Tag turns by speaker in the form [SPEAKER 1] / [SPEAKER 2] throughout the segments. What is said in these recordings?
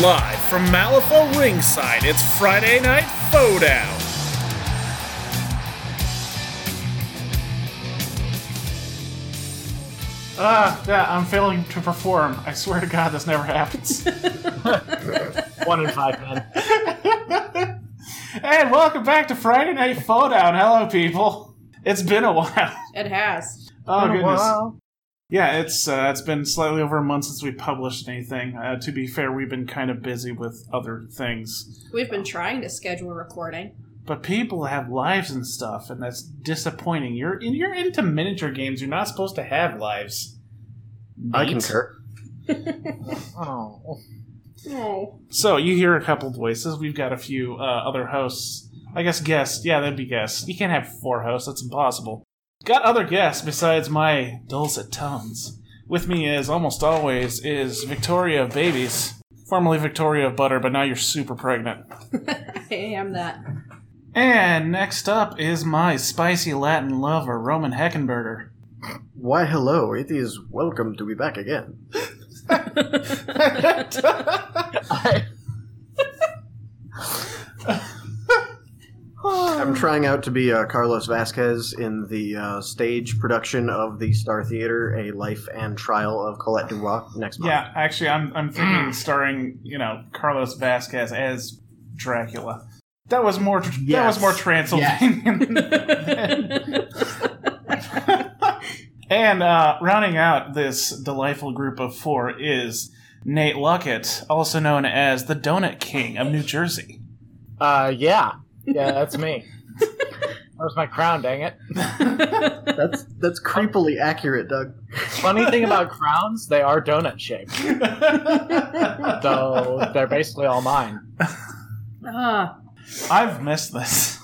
[SPEAKER 1] Live from Malifaux Ringside, it's Friday Night Fodown.
[SPEAKER 2] Uh, yeah, I'm failing to perform. I swear to God, this never happens.
[SPEAKER 3] One in five men.
[SPEAKER 2] and welcome back to Friday Night Down. Hello, people. It's been a while.
[SPEAKER 4] It has.
[SPEAKER 2] Oh goodness. Yeah, it's uh, it's been slightly over a month since we published anything. Uh, to be fair, we've been kind of busy with other things,
[SPEAKER 4] We've been trying to schedule a recording.
[SPEAKER 2] but people have lives and stuff, and that's disappointing. You're you're into miniature games. You're not supposed to have lives.
[SPEAKER 3] I
[SPEAKER 2] Nate.
[SPEAKER 3] concur.
[SPEAKER 5] Oh,
[SPEAKER 4] Oh.
[SPEAKER 2] So you hear a couple voices. We've got a few uh, other hosts. I guess guests. Yeah, that'd be guests. You can't have four hosts. That's impossible. Got other guests besides my dulcet tones. With me, as almost always, is Victoria of Babies, formerly Victoria of Butter, but now you're super pregnant.
[SPEAKER 4] I am that.
[SPEAKER 2] And next up is my spicy Latin lover, Roman Heckenberger.
[SPEAKER 3] Why, hello. It is welcome to be back again. I'm trying out to be uh, Carlos Vasquez in the uh, stage production of the Star Theater, A Life and Trial of Colette Dubois next month.
[SPEAKER 2] Yeah, actually, I'm I'm thinking starring you know Carlos Vasquez as Dracula. That was more that was
[SPEAKER 3] Yes.
[SPEAKER 2] more Transylvanian. and uh, rounding out this delightful group of four is Nate Luckett, also known as the Donut King of New Jersey.
[SPEAKER 5] uh, yeah, yeah, that's me. Where's my crown? Dang it!
[SPEAKER 3] That's that's creepily accurate, Doug.
[SPEAKER 5] Funny thing about crowns, they are donut shaped, so they're basically all mine.
[SPEAKER 4] Ah.
[SPEAKER 2] I've missed this.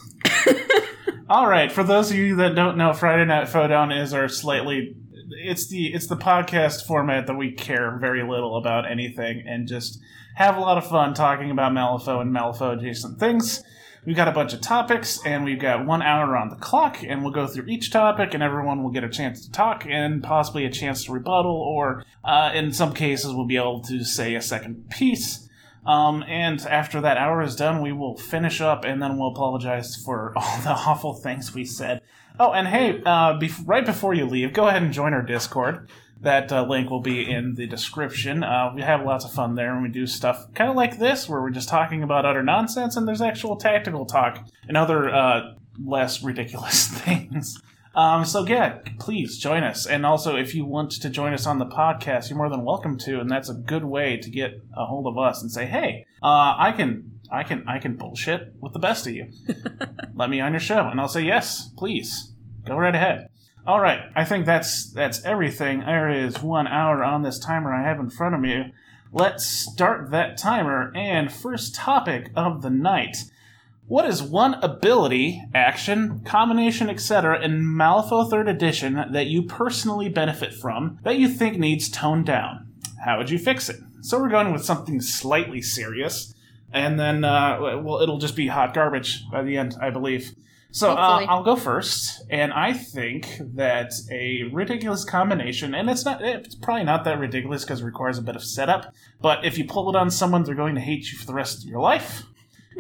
[SPEAKER 2] All right, for those of you that don't know, Friday Night Fodown is our slightly it's the it's the podcast format that we care very little about anything and just have a lot of fun talking about Malifaux and Malifaux adjacent things. We've got a bunch of topics and we've got one hour on the clock and we'll go through each topic and everyone will get a chance to talk and possibly a chance to rebuttal or uh, in some cases we'll be able to say a second piece. Um, and after that hour is done, we will finish up and then we'll apologize for all the awful things we said. Oh, and hey, uh, bef- right before you leave, go ahead and join our Discord. That uh, link will be in the description. Uh, we have lots of fun there, and we do stuff kind of like this, where we're just talking about utter nonsense, and there's actual tactical talk and other uh, less ridiculous things. Um, so yeah, please join us. And also, if you want to join us on the podcast, you're more than welcome to. And that's a good way to get a hold of us and say, "Hey, uh, I can, I can, I can bullshit with the best of you. Let me on your show." And I'll say, "Yes, please, go right ahead." All right, I think that's that's everything. There is one hour on this timer I have in front of me. Let's start that timer. And first topic of the night. What is one ability, action, combination, etc., in Malifaux 3rd Edition that you personally benefit from that you think needs toned down? How would you fix it? So we're going with something slightly serious, and then uh, well, it'll just be hot garbage by the end, I believe. So uh,
[SPEAKER 4] Hopefully.
[SPEAKER 2] I'll go first, and I think that a ridiculous combination, and it's not—it's probably not that ridiculous because it requires a bit of setup. But if you pull it on someone, they're going to hate you for the rest of your life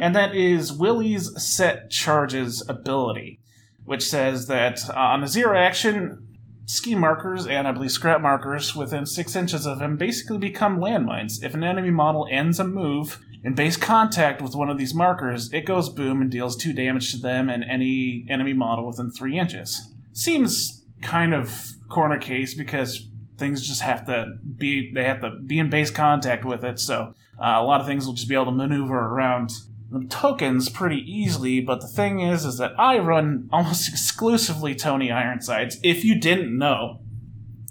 [SPEAKER 2] and that is Willie's set charges ability, which says that uh, on a zero action, ski markers and I believe scrap markers within six inches of him basically become landmines. If an enemy model ends a move in base contact with one of these markers, it goes boom and deals two damage to them and any enemy model within three inches. Seems kind of corner case because things just have to be they have to be in base contact with it so uh, a lot of things will just be able to maneuver around the tokens pretty easily but the thing is is that i run almost exclusively tony ironsides if you didn't know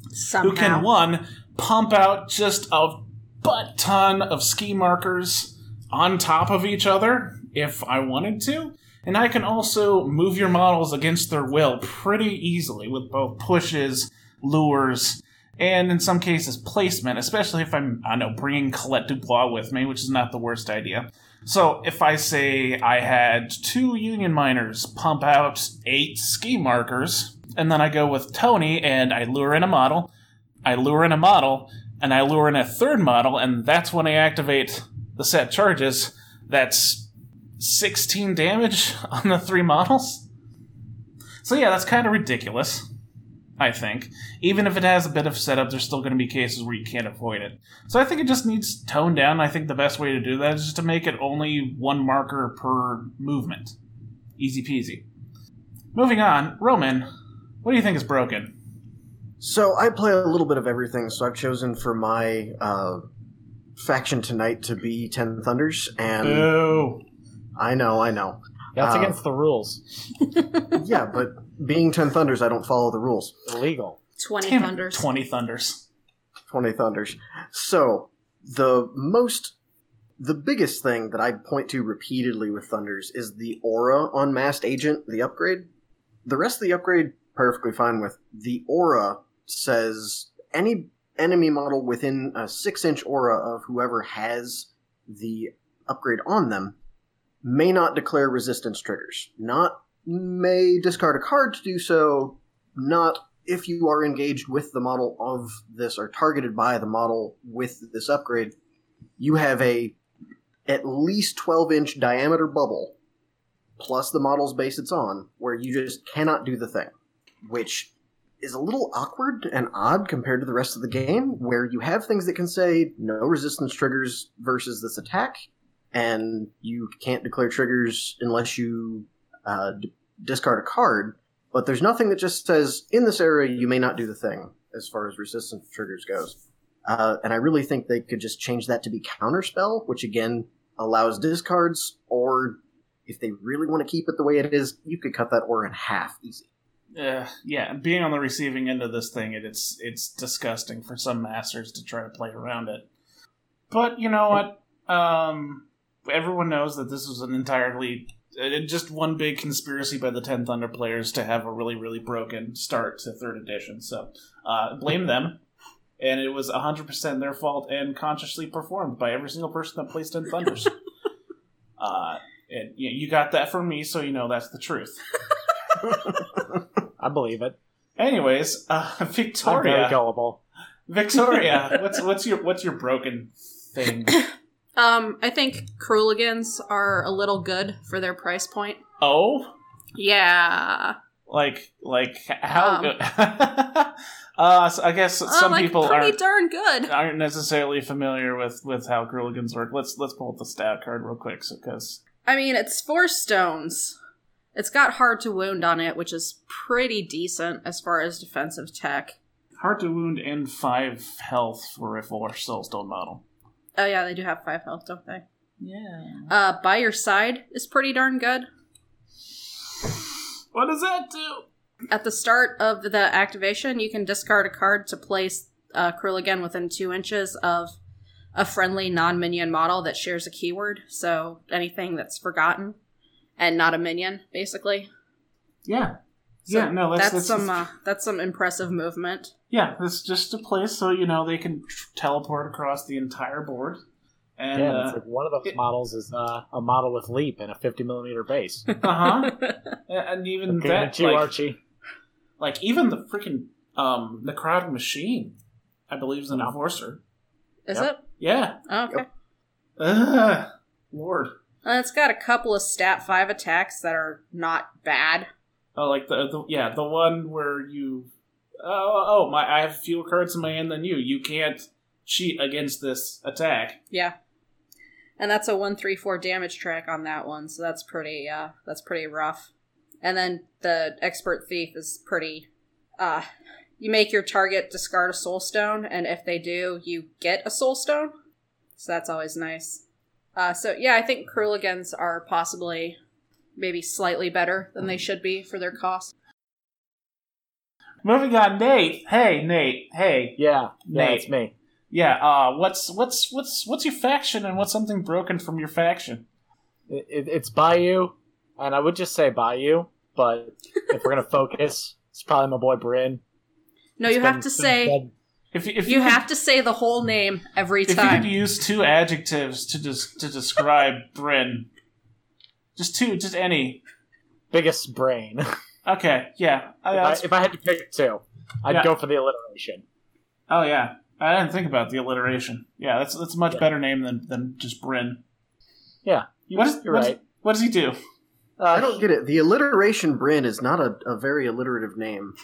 [SPEAKER 4] Somehow.
[SPEAKER 2] who can one pump out just a butt ton of ski markers on top of each other if I wanted to. And I can also move your models against their will pretty easily with both pushes, lures, and in some cases placement, especially if I'm, I don't know, bringing Colette Dubois with me, which is not the worst idea. So if I say I had two union miners pump out eight ski markers, and then I go with Tony and I lure in a model, I lure in a model, and I lure in a third model, and that's when I activate the set charges, that's 16 damage on the three models. So yeah, that's kind of ridiculous. I think. Even if it has a bit of setup, there's still going to be cases where you can't avoid it. So I think it just needs toned down. I think the best way to do that is just to make it only one marker per movement. Easy peasy. Moving on, Roman, what do you think is broken?
[SPEAKER 3] So I play a little bit of everything. So I've chosen for my uh, faction tonight to be Ten Thunders, and
[SPEAKER 2] Uh. Boo.
[SPEAKER 3] I know, I know.
[SPEAKER 5] That's
[SPEAKER 3] Uh,
[SPEAKER 5] against the rules.
[SPEAKER 3] yeah, but being Ten Thunders, I don't follow the rules.
[SPEAKER 5] Illegal.
[SPEAKER 4] 20
[SPEAKER 2] Damn it,
[SPEAKER 4] thunders.
[SPEAKER 2] 20 thunders.
[SPEAKER 3] 20 Thunders. So, the most, the biggest thing that I point to repeatedly with Thunders is the aura on Masked Agent, the upgrade. The rest of the upgrade, perfectly fine with. The aura says any enemy model within a 6 inch aura of whoever has the upgrade on them may not declare resistance triggers. Not may discard a card to do so, not if you are engaged with the model of this or targeted by the model with this upgrade, you have a at least 12 inch diameter bubble plus the model's base it's on where you just cannot do the thing, which is a little awkward and odd compared to the rest of the game where you have things that can say no resistance triggers versus this attack and you can't declare triggers unless you uh, d- discard a card but there's nothing that just says in this area you may not do the thing as far as resistance triggers goes. Uh, and I really think they could just change that to be counterspell, which again allows discards, or if they really want to keep it the way it is, you could cut that aura in half easy.
[SPEAKER 2] Uh, yeah, being on the receiving end of this thing, it, it's it's disgusting for some masters to try to play around it. But you know what? Um, everyone knows that this was an entirely uh, just one big conspiracy by the Ten Thunder players to have a really really broken start to third edition. So uh, blame them. And it was 100% their fault and consciously performed by every single person that placed in Thunders. uh, and you, you got that from me, so you know that's the truth.
[SPEAKER 5] I believe it.
[SPEAKER 2] Anyways, uh,
[SPEAKER 5] I'm very
[SPEAKER 2] Victoria,
[SPEAKER 5] gullible.
[SPEAKER 2] Victoria, what's what's your what's your broken thing?
[SPEAKER 4] Um, I think Kruligans are a little good for their price point.
[SPEAKER 2] Oh,
[SPEAKER 4] Yeah.
[SPEAKER 2] like like how? uh, so I guess
[SPEAKER 4] Uh,
[SPEAKER 2] some
[SPEAKER 4] like,
[SPEAKER 2] people
[SPEAKER 4] pretty
[SPEAKER 2] aren't
[SPEAKER 4] darn good.
[SPEAKER 2] aren't necessarily familiar with with how Gruligans work. Let's let's pull up the stat card real quick, so because
[SPEAKER 4] I mean, it's four stones. It's got hard to wound on it, which is pretty decent as far as defensive tech.
[SPEAKER 2] hard to wound and five health for a four soulstone model.
[SPEAKER 4] Oh yeah, they do have five health, don't they?
[SPEAKER 2] Yeah.
[SPEAKER 4] Uh, by your side is pretty darn good.
[SPEAKER 2] What does that do?
[SPEAKER 4] At the start of the activation, you can discard a card to place uh, Krilligan within two inches of a friendly non minion model that shares a keyword. So anything that's forgotten and not a minion, basically.
[SPEAKER 2] Yeah.
[SPEAKER 4] So
[SPEAKER 2] yeah. No. Let's,
[SPEAKER 4] That's,
[SPEAKER 2] let's,
[SPEAKER 4] some uh, that's some impressive movement.
[SPEAKER 2] Yeah, it's just a place so you know they can tr- teleport across the entire board. And
[SPEAKER 5] yeah, it's
[SPEAKER 2] uh
[SPEAKER 5] like one of those
[SPEAKER 2] it-
[SPEAKER 5] models is uh, a model with leap and a 50 millimeter base.
[SPEAKER 2] huh, Uh-huh. and even
[SPEAKER 5] Looking
[SPEAKER 2] that,
[SPEAKER 5] at you,
[SPEAKER 2] like,
[SPEAKER 5] Archie.
[SPEAKER 2] like even the freaking um necrotic machine, I believe is an enforcer.
[SPEAKER 4] Is
[SPEAKER 5] Yep.
[SPEAKER 4] it?
[SPEAKER 2] Yeah,
[SPEAKER 4] Oh, okay.
[SPEAKER 2] Ugh, Lord,
[SPEAKER 4] Uh, it's got a couple of stat five attacks that are not bad.
[SPEAKER 2] oh, like the, the yeah the one where you oh oh my I have fewer cards in my hand than you. You can't cheat against this attack.
[SPEAKER 4] Yeah. And that's a one three four damage track on that one, so that's pretty uh that's pretty rough. And then the expert thief is pretty uh you make your target discard a soul stone, and if they do, you get a soul stone. So that's always nice. Uh so yeah, I think Kruligans are possibly maybe slightly better than they should be for their cost.
[SPEAKER 2] Moving on, Nate. Hey, Nate. Hey,
[SPEAKER 5] Yeah, yeah,
[SPEAKER 2] Nate.
[SPEAKER 5] it's me.
[SPEAKER 2] Yeah, uh, what's what's what's what's your faction and what's something broken from your faction?
[SPEAKER 5] It, it, it's Bayou, and I would just say Bayou, but if we're going to focus, it's probably my boy Bryn.
[SPEAKER 4] No,
[SPEAKER 5] It's
[SPEAKER 4] you have
[SPEAKER 5] been-
[SPEAKER 4] to
[SPEAKER 5] it's
[SPEAKER 4] say
[SPEAKER 5] been-
[SPEAKER 2] If if
[SPEAKER 4] you
[SPEAKER 2] could-
[SPEAKER 4] have to say the whole name every
[SPEAKER 2] if you could
[SPEAKER 4] time.
[SPEAKER 2] use two adjectives to des- to describe Bryn, just two, just any.
[SPEAKER 5] biggest brain.
[SPEAKER 2] Okay, yeah. I-
[SPEAKER 5] if, I,
[SPEAKER 2] that's-
[SPEAKER 5] if I had to pick two, I'd
[SPEAKER 2] Yeah.
[SPEAKER 5] go for the alliteration.
[SPEAKER 2] oh yeah. I didn't think about the alliteration. Yeah, that's that's a much
[SPEAKER 5] Yeah.
[SPEAKER 2] better name than, than just Bryn.
[SPEAKER 5] Yeah, you,
[SPEAKER 2] What is-
[SPEAKER 5] you're
[SPEAKER 2] what is-
[SPEAKER 5] right.
[SPEAKER 2] What does he do?
[SPEAKER 5] Uh,
[SPEAKER 3] I don't get it. The alliteration Bryn is not a, a very alliterative name.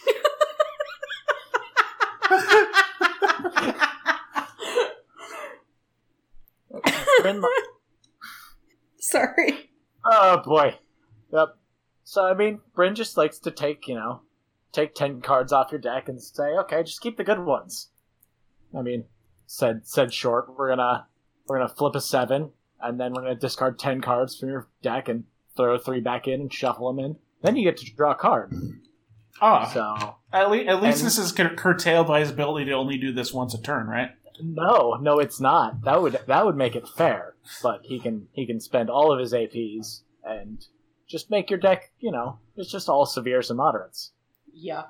[SPEAKER 5] Bryn-
[SPEAKER 4] Sorry.
[SPEAKER 5] Oh boy. Yep. So I mean, Bryn just likes to take, you know, take ten cards off your deck and say, okay, just keep the good ones. I mean, said said short, we're gonna we're gonna flip a seven, and then we're gonna discard ten cards from your deck and throw three back in and shuffle them in. Then you get to draw a card.
[SPEAKER 2] Ah,
[SPEAKER 5] So
[SPEAKER 2] at, le- at least
[SPEAKER 5] and-
[SPEAKER 2] this is cur- curtailed by his ability to only do this once a turn, right?
[SPEAKER 5] no, no, it's not. That would that would make it fair. But he can he can spend all of his APs and just make your deck, you know, it's just all severes and moderates.
[SPEAKER 4] Yuck.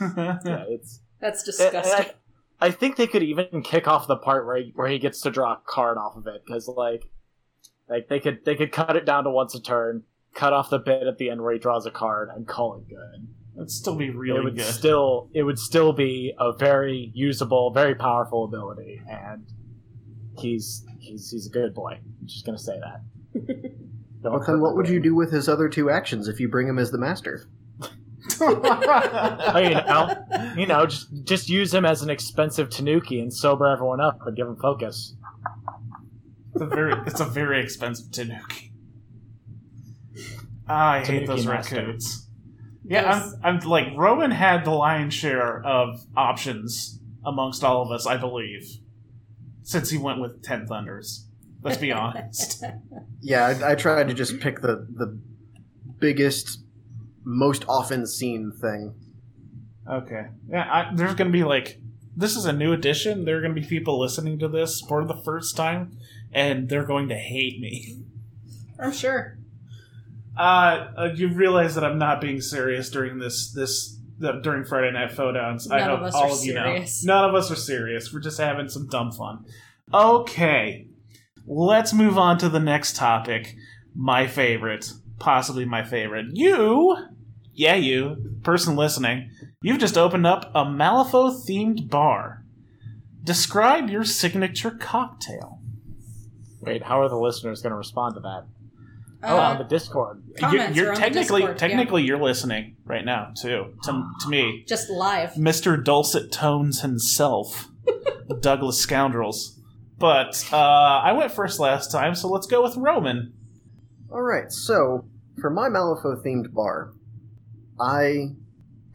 [SPEAKER 5] Yeah, it's
[SPEAKER 2] Uh,
[SPEAKER 4] That's
[SPEAKER 5] And- and
[SPEAKER 4] disgusting.
[SPEAKER 5] I, I think they could even kick off the part where he, where he gets to draw a card off of it because like like they could they could cut it down to once a turn, cut off the bit at the end where he draws a card and call it good.
[SPEAKER 2] That'd still be
[SPEAKER 5] it
[SPEAKER 2] really
[SPEAKER 5] would
[SPEAKER 2] good.
[SPEAKER 5] still it would still be a very usable, very powerful ability, and he's he's he's a good boy. I'm just gonna say that. Don't
[SPEAKER 3] But
[SPEAKER 5] hurt
[SPEAKER 3] then what would
[SPEAKER 5] him.
[SPEAKER 3] you do with his other two actions if you bring him as the master?
[SPEAKER 5] Oh, you know, you know, just just use him as an expensive Tanuki and sober everyone up and give him focus.
[SPEAKER 2] It's a very, it's a very expensive tanuki. Ah, I hate
[SPEAKER 5] Tanuki
[SPEAKER 2] those
[SPEAKER 5] master.
[SPEAKER 2] raccoons. Yeah,
[SPEAKER 4] Yes.
[SPEAKER 2] I'm, I'm like Roman had the lion's share of options amongst all of us, I believe, since he went with Ten Thunders. Let's be honest.
[SPEAKER 3] Yeah, I, I tried to just pick the the biggest, most often seen thing.
[SPEAKER 2] Okay. Yeah, I, there's going to be like this is a new edition. There are going to be people listening to this for the first time, and they're going to hate me.
[SPEAKER 4] I'm sure.
[SPEAKER 2] Uh, uh, you realize that I'm not being serious during this this the, during Friday Night Fodowns. I
[SPEAKER 4] None
[SPEAKER 2] hope
[SPEAKER 4] of us
[SPEAKER 2] all
[SPEAKER 4] are
[SPEAKER 2] of you
[SPEAKER 4] serious.
[SPEAKER 2] know. None of us are serious. We're just having some dumb fun. Okay, let's move on to the next topic. My favorite, possibly my favorite. You, yeah, you, person listening, you've just opened up a Malifaux themed bar. Describe your signature cocktail.
[SPEAKER 5] Wait, how are the listeners going to respond to that? oh, on the
[SPEAKER 4] Uh,
[SPEAKER 5] Discord.
[SPEAKER 2] You're,
[SPEAKER 4] Comments are
[SPEAKER 2] you're
[SPEAKER 4] on the
[SPEAKER 2] technically
[SPEAKER 4] Discord, yeah.
[SPEAKER 2] technically you're listening right now too to, to me.
[SPEAKER 4] just live.
[SPEAKER 2] Mr. Dulcet Tones himself, Douglas Scoundrels. But uh, I went first last time, so let's go with Roman.
[SPEAKER 3] All right, so for my Malifaux themed bar, I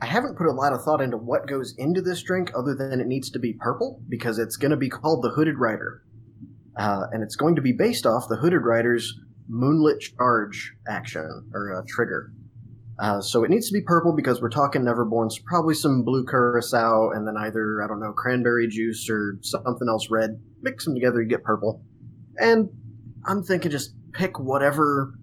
[SPEAKER 3] I haven't put a lot of thought into what goes into this drink, other than it needs to be purple because it's going to be called the Hooded Rider, uh, and it's going to be based off the Hooded Rider's Moonlit Charge action or uh, trigger. Uh, so it needs to be purple because we're talking Neverborn, so probably some blue curacao and then either I don't know cranberry juice or something else red. Mix them together, you get purple. And I'm thinking just pick whatever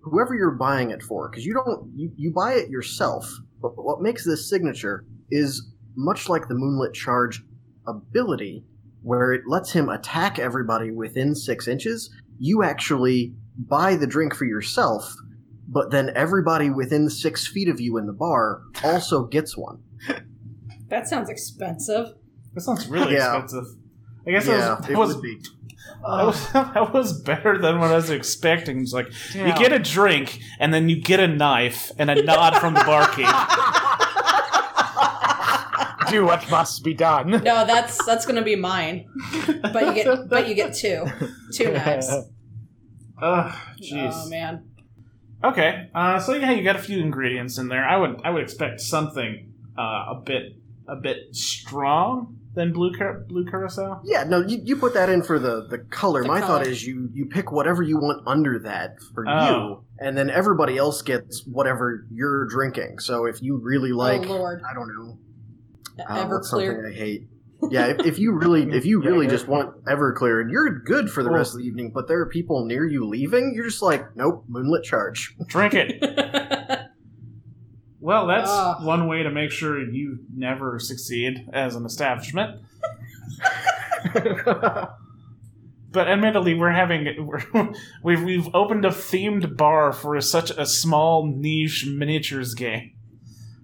[SPEAKER 3] whoever you're buying it for because you don't you, you buy it yourself but what makes this signature is much like the moonlit charge ability where it lets him attack everybody within six inches you actually buy the drink for yourself but then everybody within six feet of you in the bar also gets one
[SPEAKER 4] That sounds expensive.
[SPEAKER 2] That sounds really
[SPEAKER 3] Yeah.
[SPEAKER 2] expensive. I guess that was, that,
[SPEAKER 3] it
[SPEAKER 2] was,
[SPEAKER 3] would be
[SPEAKER 2] that, was, that was better than what I was expecting. It's like you get a drink, and then you get a knife and a nod from the barkeep.
[SPEAKER 5] Do what must be done.
[SPEAKER 4] No, that's that's gonna be mine. But you get but you get two, two knives.
[SPEAKER 2] Ugh, jeez.
[SPEAKER 4] Oh man,
[SPEAKER 2] Okay, uh, so yeah, you got a few ingredients in there. I would I would expect something uh, a bit a bit strong than blue cur- blue curacao.
[SPEAKER 3] yeah no you, you put that in for the the color
[SPEAKER 4] The
[SPEAKER 3] my thought
[SPEAKER 4] color.
[SPEAKER 3] is you you pick whatever you want under that for
[SPEAKER 2] Oh.
[SPEAKER 3] you and then everybody else gets whatever you're drinking so if you really like
[SPEAKER 4] oh lord, E-,
[SPEAKER 3] I don't know. Uh, what's
[SPEAKER 4] Everclear.
[SPEAKER 3] something I hate. Yeah, if, if you really, if you
[SPEAKER 5] Yeah,
[SPEAKER 3] really
[SPEAKER 5] yeah.
[SPEAKER 3] just want Everclear and you're good for the
[SPEAKER 2] Well-
[SPEAKER 3] rest of the evening, but there are people near you leaving, you're just like, nope, moonlit charge.
[SPEAKER 2] Drink it. Well, that's
[SPEAKER 4] Ugh.
[SPEAKER 2] one way to make sure you never succeed as an establishment. but admittedly, we're having we're, we've we've opened a themed bar for such a small niche miniatures game.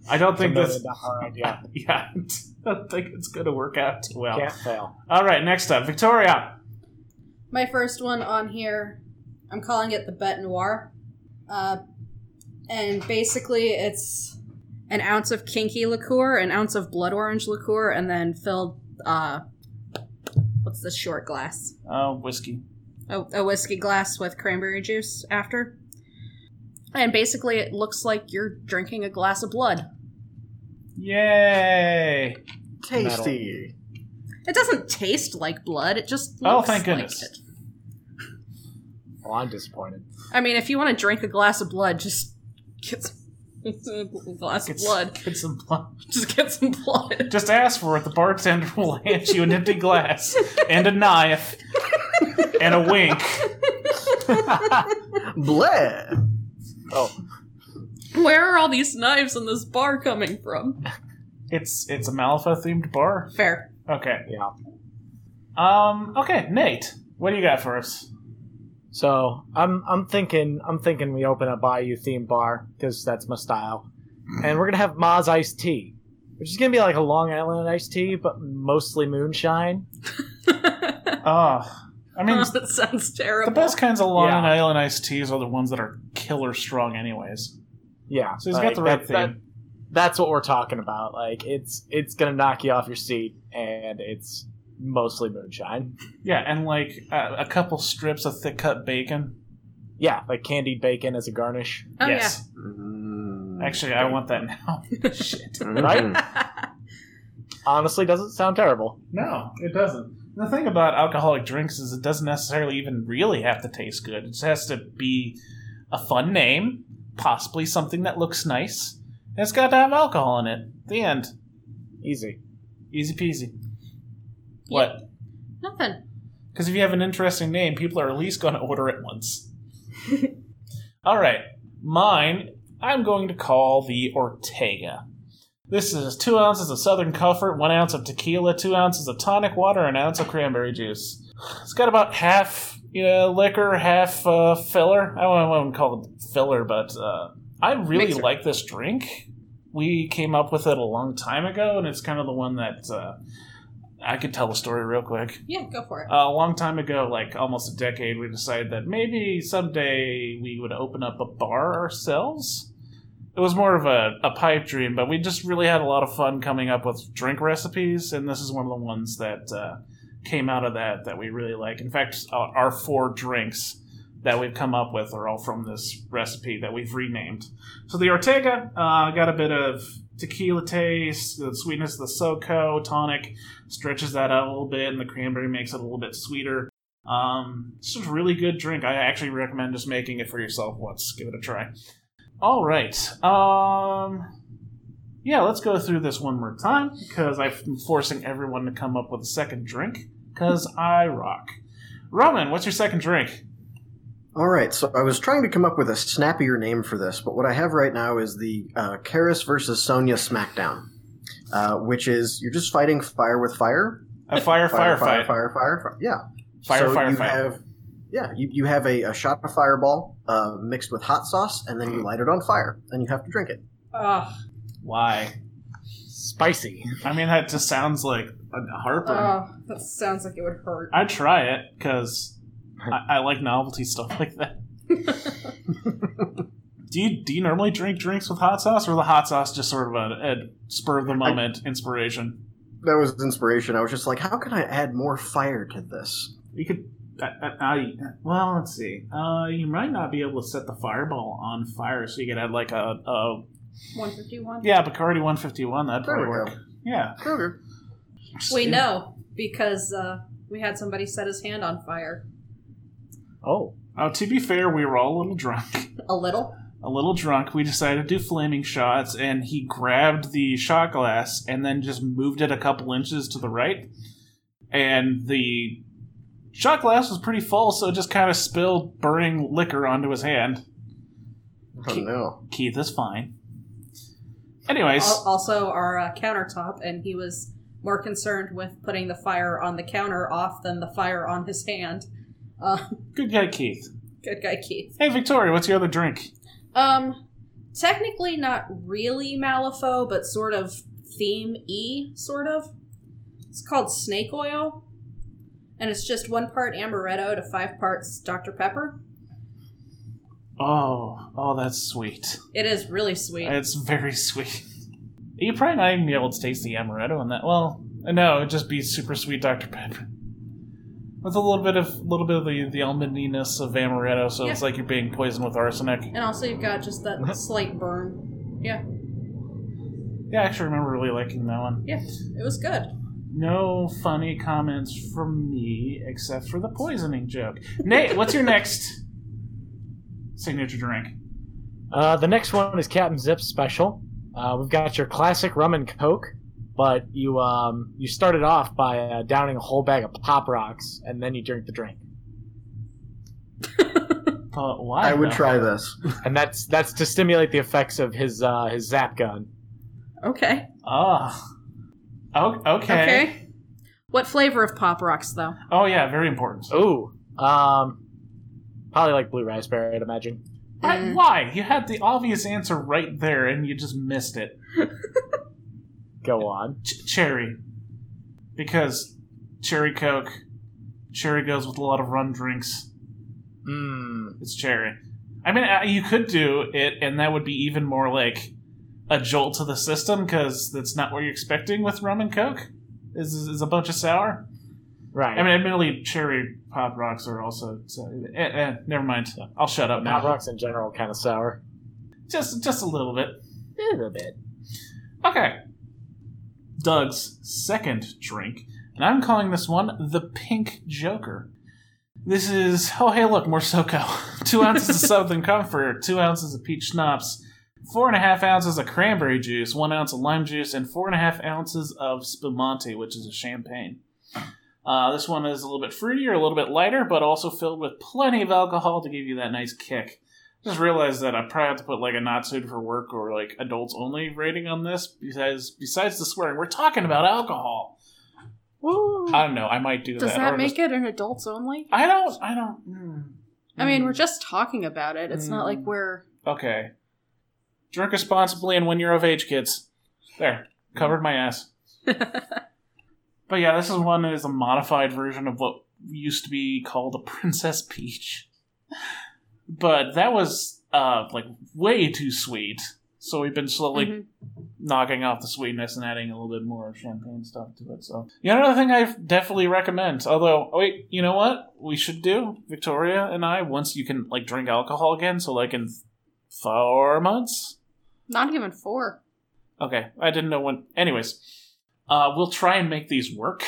[SPEAKER 2] I don't think
[SPEAKER 5] It's a
[SPEAKER 2] this.
[SPEAKER 5] million dollar idea.
[SPEAKER 2] Yeah, I don't think it's going to work out too well.
[SPEAKER 5] Can't fail.
[SPEAKER 2] All right, next up, Victoria.
[SPEAKER 4] My first one on here, I'm calling it the Bete Noir. Uh, and basically, it's an ounce of kinky liqueur, an ounce of blood orange liqueur, and then filled, uh, what's the short glass?
[SPEAKER 2] Oh, whiskey.
[SPEAKER 4] A, a whiskey glass with cranberry juice after. And basically, it looks like you're drinking a glass of blood.
[SPEAKER 2] Yay!
[SPEAKER 3] Tasty.
[SPEAKER 4] It doesn't taste like blood, it just
[SPEAKER 2] Oh,
[SPEAKER 4] looks
[SPEAKER 2] thank
[SPEAKER 4] like
[SPEAKER 2] goodness.
[SPEAKER 4] it.
[SPEAKER 5] Well, Oh, I'm disappointed.
[SPEAKER 4] I mean, if you want to drink a glass of blood, just get some, a glass
[SPEAKER 2] Get
[SPEAKER 4] of
[SPEAKER 2] s-
[SPEAKER 4] blood.
[SPEAKER 2] Get some blood.
[SPEAKER 4] Just get some blood.
[SPEAKER 2] Just ask for it. The bartender will hand you an empty glass and a knife and a wink.
[SPEAKER 3] Bleh.
[SPEAKER 5] Oh,
[SPEAKER 4] Where are all these knives in this bar coming from?
[SPEAKER 2] It's it's a Malfa themed bar.
[SPEAKER 4] Fair.
[SPEAKER 2] Okay.
[SPEAKER 5] yeah.
[SPEAKER 2] Um. Okay, Nate. What do you got for us?
[SPEAKER 5] So I'm I'm thinking I'm thinking we open a Bayou theme bar because that's my style, and we're gonna have Ma's iced tea, which is gonna be like a Long Island iced tea, but mostly moonshine.
[SPEAKER 2] Oh, I mean,
[SPEAKER 4] that sounds
[SPEAKER 2] the
[SPEAKER 4] terrible.
[SPEAKER 2] best kinds of Long
[SPEAKER 5] Yeah.
[SPEAKER 2] Island iced teas are the ones that are killer strong, anyways.
[SPEAKER 5] Yeah,
[SPEAKER 2] So he's got the right
[SPEAKER 5] Uh, that- that-
[SPEAKER 2] theme.
[SPEAKER 5] that's what we're talking about. Like it's it's gonna knock you off your seat, and it's mostly moonshine.
[SPEAKER 2] Yeah, and like uh, a, a couple strips of thick cut bacon.
[SPEAKER 5] Yeah, like candied bacon as a garnish.
[SPEAKER 4] oh,
[SPEAKER 2] yes.
[SPEAKER 3] Mm.
[SPEAKER 2] Actually, I want that now. Shit.
[SPEAKER 3] Mhm.
[SPEAKER 5] Right?
[SPEAKER 4] yeah.
[SPEAKER 5] Honestly, doesn't sound terrible.
[SPEAKER 2] No, it doesn't. The thing about alcoholic drinks is it doesn't necessarily even really have to taste good. It just has to be a fun name, possibly something that looks nice, and it's got to have alcohol in it. The end.
[SPEAKER 5] Easy.
[SPEAKER 2] Easy peasy. What?
[SPEAKER 4] Nothing.
[SPEAKER 2] Because if you have an interesting name, people are at least going to order it once. All right. Mine, I'm going to call the Ortega. This is two ounces of Southern Comfort, one ounce of tequila, two ounces of tonic water, an ounce of cranberry juice. It's got about half, you know, liquor, half uh, filler. I wouldn't- I wouldn't call it filler, but uh, I really
[SPEAKER 4] Mixer.
[SPEAKER 2] like this drink. We came up with it a long time ago, and it's kind of the one that uh, I could tell the story real quick
[SPEAKER 4] Yeah, go for it.
[SPEAKER 2] Uh, a long time ago, like almost a decade, we decided that maybe someday we would open up a bar ourselves. It was more of a, a pipe dream, but we just really had a lot of fun coming up with drink recipes, and this is one of the ones that uh, came out of that that we really like. In fact, our our four drinks that we've come up with are all from this recipe that we've renamed. So the Ortega uh, got a bit of tequila taste, the sweetness of the SoCo tonic stretches that out a little bit, and the cranberry makes it a little bit sweeter. Um, it's just a really good drink. I actually recommend just making it for yourself once. Give it a try. All right. Um, yeah, let's go through this one more time because I'm forcing everyone to come up with a second drink because I rock. Roman, what's your second drink?
[SPEAKER 3] All right, so I was trying to come up with a snappier name for this, but what I have right now is the uh, Karis versus Sonya SmackDown, uh, which is you're just fighting fire with fire.
[SPEAKER 2] A fire,
[SPEAKER 3] Fire,
[SPEAKER 2] firefight. Fire,
[SPEAKER 3] fire, fire, fire. Yeah.
[SPEAKER 2] fire,
[SPEAKER 3] so
[SPEAKER 2] fire,
[SPEAKER 3] you have, yeah, you, you have a, a shot of fireball uh, mixed with hot sauce, and
[SPEAKER 2] Mm.
[SPEAKER 3] then you light it on fire, and you have to drink it.
[SPEAKER 4] Ugh.
[SPEAKER 2] Why?
[SPEAKER 5] Spicy.
[SPEAKER 2] I mean, that just sounds like a heartburn.
[SPEAKER 4] Oh, that sounds like it would hurt.
[SPEAKER 2] I'd try it because I, I like novelty stuff like that. do you do you normally drink drinks with hot sauce, or the hot sauce just sort of a, a spur of the moment inspiration?
[SPEAKER 3] That was inspiration. I was just like, how can I add more fire to this?
[SPEAKER 2] You could. I, I, I, well, let's see. Uh, you might not be able to set the fireball on fire, so you could add like a, a
[SPEAKER 4] 151?
[SPEAKER 2] yeah Bacardi 151. That'd
[SPEAKER 3] There
[SPEAKER 2] probably
[SPEAKER 3] we go.
[SPEAKER 2] work. Yeah.
[SPEAKER 3] Okay.
[SPEAKER 4] We know because uh, we had somebody set his hand on fire.
[SPEAKER 5] Oh,
[SPEAKER 2] Uh, to be fair, we were all a little drunk.
[SPEAKER 4] A little?
[SPEAKER 2] a little drunk, we decided to do flaming shots, and he grabbed the shot glass and then just moved it a couple inches to the right. And the shot glass was pretty full, so it just kind of spilled burning liquor onto his hand.
[SPEAKER 3] Oh, no.
[SPEAKER 2] Keith is fine. Anyways,
[SPEAKER 4] Al- also our uh, countertop, and he was more concerned with putting the fire on the counter off than the fire on his hand. Uh,
[SPEAKER 2] good guy Keith.
[SPEAKER 4] good guy Keith.
[SPEAKER 2] Hey Victoria, what's your other drink?
[SPEAKER 4] Um, technically not really Malifaux, but sort of theme e sort of. It's called Snake Oil, and it's just one part amaretto to five parts Dr Pepper.
[SPEAKER 2] Oh, oh, that's sweet.
[SPEAKER 4] It is really sweet.
[SPEAKER 2] It's very sweet. You probably not even be able to taste the amaretto in that. Well, no, it'd just be super sweet Dr Pepper with a little bit of little bit of the the almondiness of amaretto. So it's
[SPEAKER 4] Yeah.
[SPEAKER 2] like you're being poisoned with arsenic.
[SPEAKER 4] and also, you've got just that slight burn. Yeah,
[SPEAKER 2] Yeah, I actually remember really liking that one.
[SPEAKER 4] yeah, it was good.
[SPEAKER 2] No funny comments from me except for the poisoning joke. Nate, what's your next signature drink?
[SPEAKER 5] Uh, the next one is Captain Zip's special. Uh, we've got your classic rum and coke, but you um, you started off by uh, downing a whole bag of pop rocks, and then you drink the drink.
[SPEAKER 2] But why?
[SPEAKER 3] I would
[SPEAKER 2] though?
[SPEAKER 3] try this.
[SPEAKER 5] And that's that's to stimulate the effects of his uh, his zap gun.
[SPEAKER 4] Okay.
[SPEAKER 2] Ah. Oh, okay.
[SPEAKER 4] Okay. What flavor of Pop Rocks, though?
[SPEAKER 2] Oh yeah, very important.
[SPEAKER 5] Ooh, um, probably like blue raspberry, I'd imagine.
[SPEAKER 2] Why-
[SPEAKER 4] Mm.
[SPEAKER 2] Why? You had the obvious answer right there, and you just missed it.
[SPEAKER 5] Go on.
[SPEAKER 2] Ch- cherry, because cherry coke, cherry goes with a lot of run drinks.
[SPEAKER 5] Mmm.
[SPEAKER 2] It's cherry. I mean, uh, you could do it, and that would be even more like a jolt to the system because that's not what you're expecting with rum and coke. Is is a bunch of sour.
[SPEAKER 5] Right.
[SPEAKER 2] I mean, admittedly, cherry pop rocks are also. So, eh, eh, never mind. I'll shut up
[SPEAKER 5] pop
[SPEAKER 2] now.
[SPEAKER 5] rocks in general kind of sour.
[SPEAKER 2] Just just a little bit.
[SPEAKER 5] A little bit.
[SPEAKER 2] Okay. Doug's second drink, and I'm calling this one the Pink Joker. This is, oh hey, look, more SoCo. two ounces of Southern Comfort, two ounces of peach schnapps, four and a half ounces of cranberry juice, one ounce of lime juice, and four and a half ounces of Spumante, which is a champagne. Uh, this one is a little bit fruitier, a little bit lighter, but also filled with plenty of alcohol to give you that nice kick just realized that I probably have to put like a not suited for work or like adults only rating on this because besides the swearing, we're talking about alcohol.
[SPEAKER 4] Woo.
[SPEAKER 2] I don't know. I might do
[SPEAKER 4] Does
[SPEAKER 2] that.
[SPEAKER 4] that
[SPEAKER 2] or
[SPEAKER 4] make
[SPEAKER 2] just-
[SPEAKER 4] it an adults only?
[SPEAKER 2] I don't. I don't. mm.
[SPEAKER 4] I mean,
[SPEAKER 2] Mm.
[SPEAKER 4] we're just talking about it. It's not like
[SPEAKER 2] Mm.
[SPEAKER 4] we're.
[SPEAKER 2] okay. Drink responsibly and when you're of age, kids. There, covered my ass. But yeah, this is one that is a modified version of what used to be called a Princess Peach. But that was uh, like way too sweet. So we've been slowly
[SPEAKER 4] Mhm.
[SPEAKER 2] knocking off the sweetness and adding a little bit more champagne stuff to it. So, yeah, another thing I definitely recommend. Although, oh, wait, you know what? We should do Victoria and I once you can like drink alcohol again. So, like in four months.
[SPEAKER 4] Not even four.
[SPEAKER 2] Okay, I didn't know when. Anyways, uh, we'll try and make these work.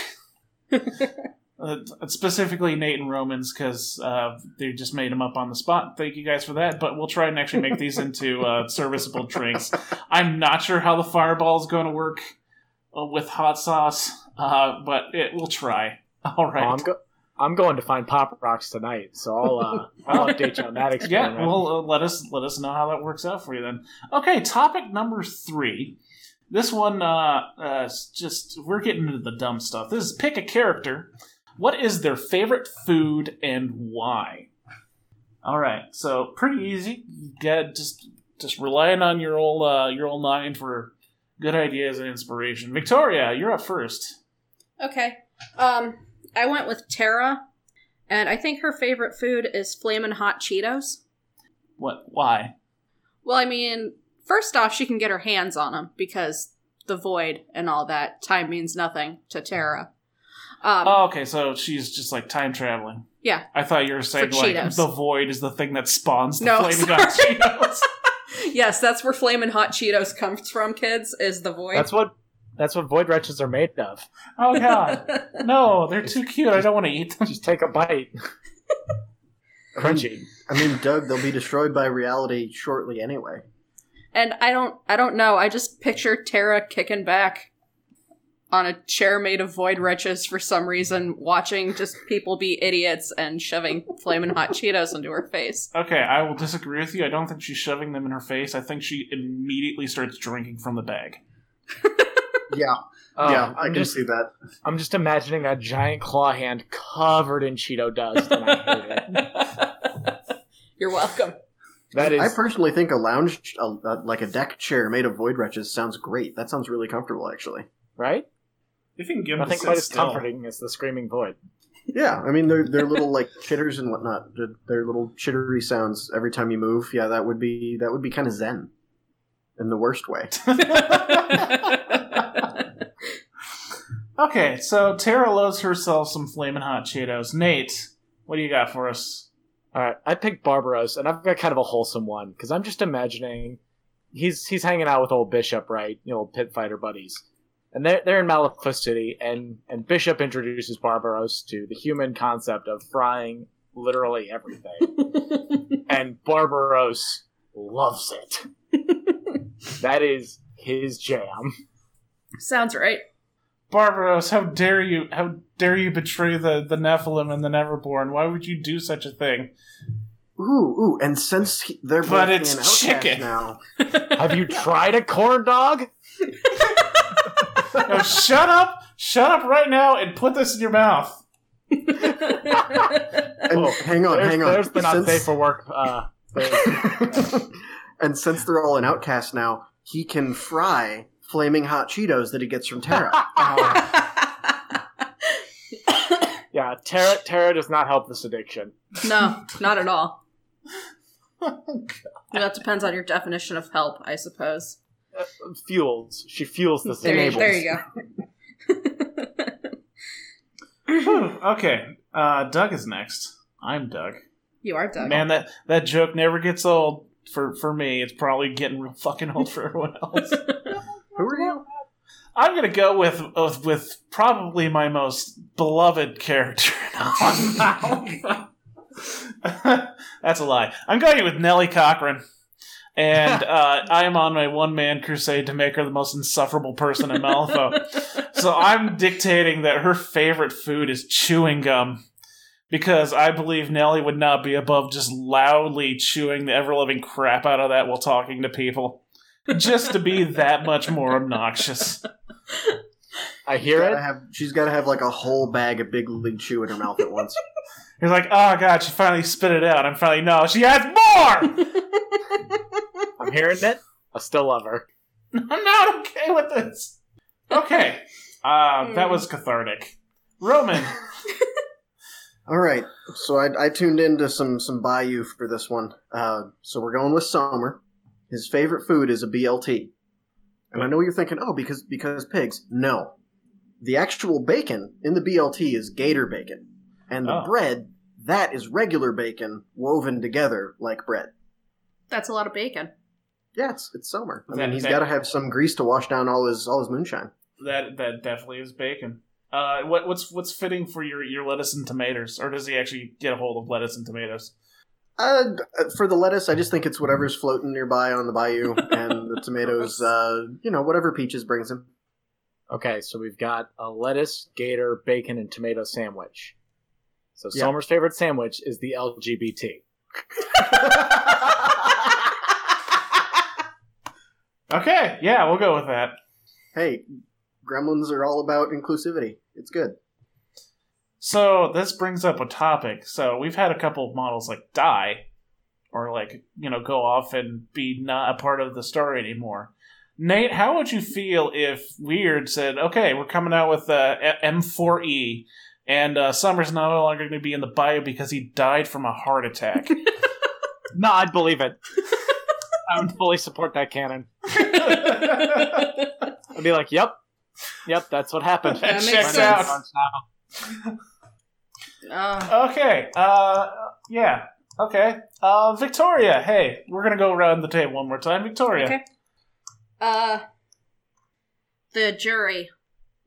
[SPEAKER 2] Uh, specifically, Nate and Romans, because uh, they just made them up on the spot. Thank you guys for that. But we'll try and actually make these into uh, serviceable drinks. I'm not sure how the fireball is going to work uh, with hot sauce, uh, but it, we'll try. All
[SPEAKER 5] Oh,
[SPEAKER 2] right.
[SPEAKER 5] I'm go- I'm going to find pop rocks tonight, so I'll uh, I'll update you on that experiment.
[SPEAKER 2] Yeah, well, uh, let us let us know how that works out for you then. Okay, topic number three. This one, uh, uh, is just we're getting into the dumb stuff. This is pick a character. What is their favorite food and why? All right, so pretty easy. You got just just relying on your old uh, your old mind for good ideas and inspiration. Victoria, you're up first.
[SPEAKER 4] Okay. Um, I went with Tara, and I think her favorite food is flamin' hot Cheetos.
[SPEAKER 2] What? Why?
[SPEAKER 4] Well, I mean, first off, she can get her hands on them because the void and all that time means nothing to Tara. Um,
[SPEAKER 2] Oh, okay, so she's just like time traveling.
[SPEAKER 4] Yeah.
[SPEAKER 2] I thought you were saying
[SPEAKER 4] For
[SPEAKER 2] like
[SPEAKER 4] Cheetos.
[SPEAKER 2] the void is the thing that spawns the
[SPEAKER 4] No,
[SPEAKER 2] flaming hot
[SPEAKER 4] sorry.
[SPEAKER 2] Cheetos.
[SPEAKER 4] yes, that's where flamin' hot Cheetos comes from, kids. Is the void?
[SPEAKER 5] that's what that's what void wretches are made of.
[SPEAKER 2] Oh god. No, they're too cute. I don't want to eat them.
[SPEAKER 5] Just take a bite, crunchy.
[SPEAKER 3] I mean, Doug, they'll be destroyed by reality shortly anyway.
[SPEAKER 4] And I don't I don't know. I just picture Tara kicking back on a chair made of void wretches for some reason, watching just people be idiots and shoving flaming hot Cheetos into her face.
[SPEAKER 2] Okay, I will disagree with you. I don't think she's shoving them in her face. I think she immediately starts drinking from the bag.
[SPEAKER 3] Yeah, yeah, I
[SPEAKER 5] Um, I'm
[SPEAKER 3] can
[SPEAKER 5] just
[SPEAKER 3] see that.
[SPEAKER 5] I'm just imagining a giant claw hand covered in Cheeto dust. And I hate it.
[SPEAKER 4] You're welcome.
[SPEAKER 6] That is
[SPEAKER 3] I personally think a lounge, a, a, like a deck chair made of void wretches, sounds great. That sounds really comfortable, actually.
[SPEAKER 5] right?
[SPEAKER 2] If you can give them
[SPEAKER 5] Nothing
[SPEAKER 2] to
[SPEAKER 5] quite
[SPEAKER 2] sit
[SPEAKER 5] as
[SPEAKER 2] still.
[SPEAKER 5] comforting as the screaming void.
[SPEAKER 3] Yeah, I mean they're they're little like chitters and whatnot. They're, they're little chittery sounds every time you move. Yeah, that would be that would be kind of zen, in the worst way.
[SPEAKER 2] Okay, so Tara loves herself some flaming hot Cheetos. Nate, what do you got for us?
[SPEAKER 5] All right, I picked Barbaros, and I've got kind of a wholesome one because I'm just imagining he's he's hanging out with old Bishop, right? You know, old pit fighter buddies, and they're they're in Malifaux City, and and Bishop introduces Barbaros to the human concept of frying literally everything, and Barbaros loves it. that is his jam.
[SPEAKER 4] Sounds right.
[SPEAKER 2] Barbaros, how dare you? How dare you betray the the Nephilim and the Neverborn? Why would you do such a thing?
[SPEAKER 3] Ooh, ooh, and since he, they're
[SPEAKER 2] But
[SPEAKER 3] both
[SPEAKER 2] it's
[SPEAKER 3] an outcast
[SPEAKER 2] chicken.
[SPEAKER 3] now,
[SPEAKER 5] Have you tried a corn dog?
[SPEAKER 2] Now shut up! Shut up right now and put this in your mouth.
[SPEAKER 3] and
[SPEAKER 5] Oh,
[SPEAKER 3] hang on,
[SPEAKER 5] there's,
[SPEAKER 3] hang on.
[SPEAKER 5] There's the not
[SPEAKER 3] Since-
[SPEAKER 5] safe for work. Uh,
[SPEAKER 3] and since they're all an outcast now, he can fry flaming hot Cheetos that he gets from Terra.
[SPEAKER 5] uh, yeah, Tara Tara does not help this addiction.
[SPEAKER 4] no, not at all. that depends on your definition of help, I suppose.
[SPEAKER 5] fuels. She fuels this.
[SPEAKER 4] There, you-
[SPEAKER 5] enables.
[SPEAKER 4] there you go.
[SPEAKER 2] Whew, Hmm, okay, uh, Doug is next. I'm Doug.
[SPEAKER 4] You are Doug.
[SPEAKER 2] Man, that that joke never gets old for for me. It's probably getting real fucking old for everyone else.
[SPEAKER 3] Who are you?
[SPEAKER 2] I'm gonna go with with, with probably my most beloved character. on now. That's a lie. I'm going with Nellie Cochran, and uh, I am on my one man crusade to make her the most insufferable person in Malifaux. so I'm dictating that her favorite food is chewing gum. Because I believe Nellie would not be above just loudly chewing the ever living crap out of that while talking to people. Just to be that much more obnoxious.
[SPEAKER 5] I hear
[SPEAKER 3] Gotta
[SPEAKER 5] it.
[SPEAKER 3] have- she's got to have like a whole bag of Big League Chew in her mouth at once.
[SPEAKER 2] He's like, oh god, she finally spit it out. I'm finally no, she has more.
[SPEAKER 5] I'm hearing it. I still love her.
[SPEAKER 2] I'm not okay with this. Okay, uh, that was cathartic. Roman,
[SPEAKER 3] All right, so I, I tuned into some some Bayou for this one. Uh, so we're going with Sommer. His favorite food is a BLT, and I know you're thinking, oh, because because pigs. No, the actual bacon in the BLT is Gator bacon, and the
[SPEAKER 2] Oh.
[SPEAKER 3] bread that is regular bacon woven together like bread.
[SPEAKER 4] That's a lot of bacon.
[SPEAKER 3] Yeah, it's, it's Sommer. I
[SPEAKER 2] That-
[SPEAKER 3] mean, he's
[SPEAKER 2] that-
[SPEAKER 3] got to have some grease to wash down all his all his moonshine.
[SPEAKER 2] that that definitely is bacon. Uh, what, what's what's fitting for your, your lettuce and tomatoes, or does he actually get a hold of lettuce and tomatoes?
[SPEAKER 3] Uh, for the lettuce, I just think it's whatever's floating nearby on the bayou, and the tomatoes, uh, you know, whatever peaches brings him.
[SPEAKER 5] Okay, so we've got a lettuce, gator, bacon, and tomato sandwich. So
[SPEAKER 3] Yeah.
[SPEAKER 5] Somer's favorite sandwich is the LGBT.
[SPEAKER 2] Okay, yeah, we'll go with that.
[SPEAKER 3] hey, gremlins are all about inclusivity. It's good.
[SPEAKER 2] So this brings up a topic. So we've had a couple of models like die, or like you know go off and be not a part of the story anymore. Nate, how would you feel if Weird said, "Okay, we're coming out with uh, M four E, and uh, Summer's no longer going to be in the bio because he died from a heart attack."
[SPEAKER 5] No, I'd believe it. I would fully support that canon. I'd be like, "Yep, yep, that's what happened."
[SPEAKER 2] That
[SPEAKER 4] makes
[SPEAKER 5] My
[SPEAKER 4] sense.
[SPEAKER 5] name's Lawrence now.
[SPEAKER 4] Uh,
[SPEAKER 2] okay, uh, yeah, okay. Uh, Victoria, hey, we're gonna go around the table one more time. Victoria,
[SPEAKER 4] Okay. uh, the jury.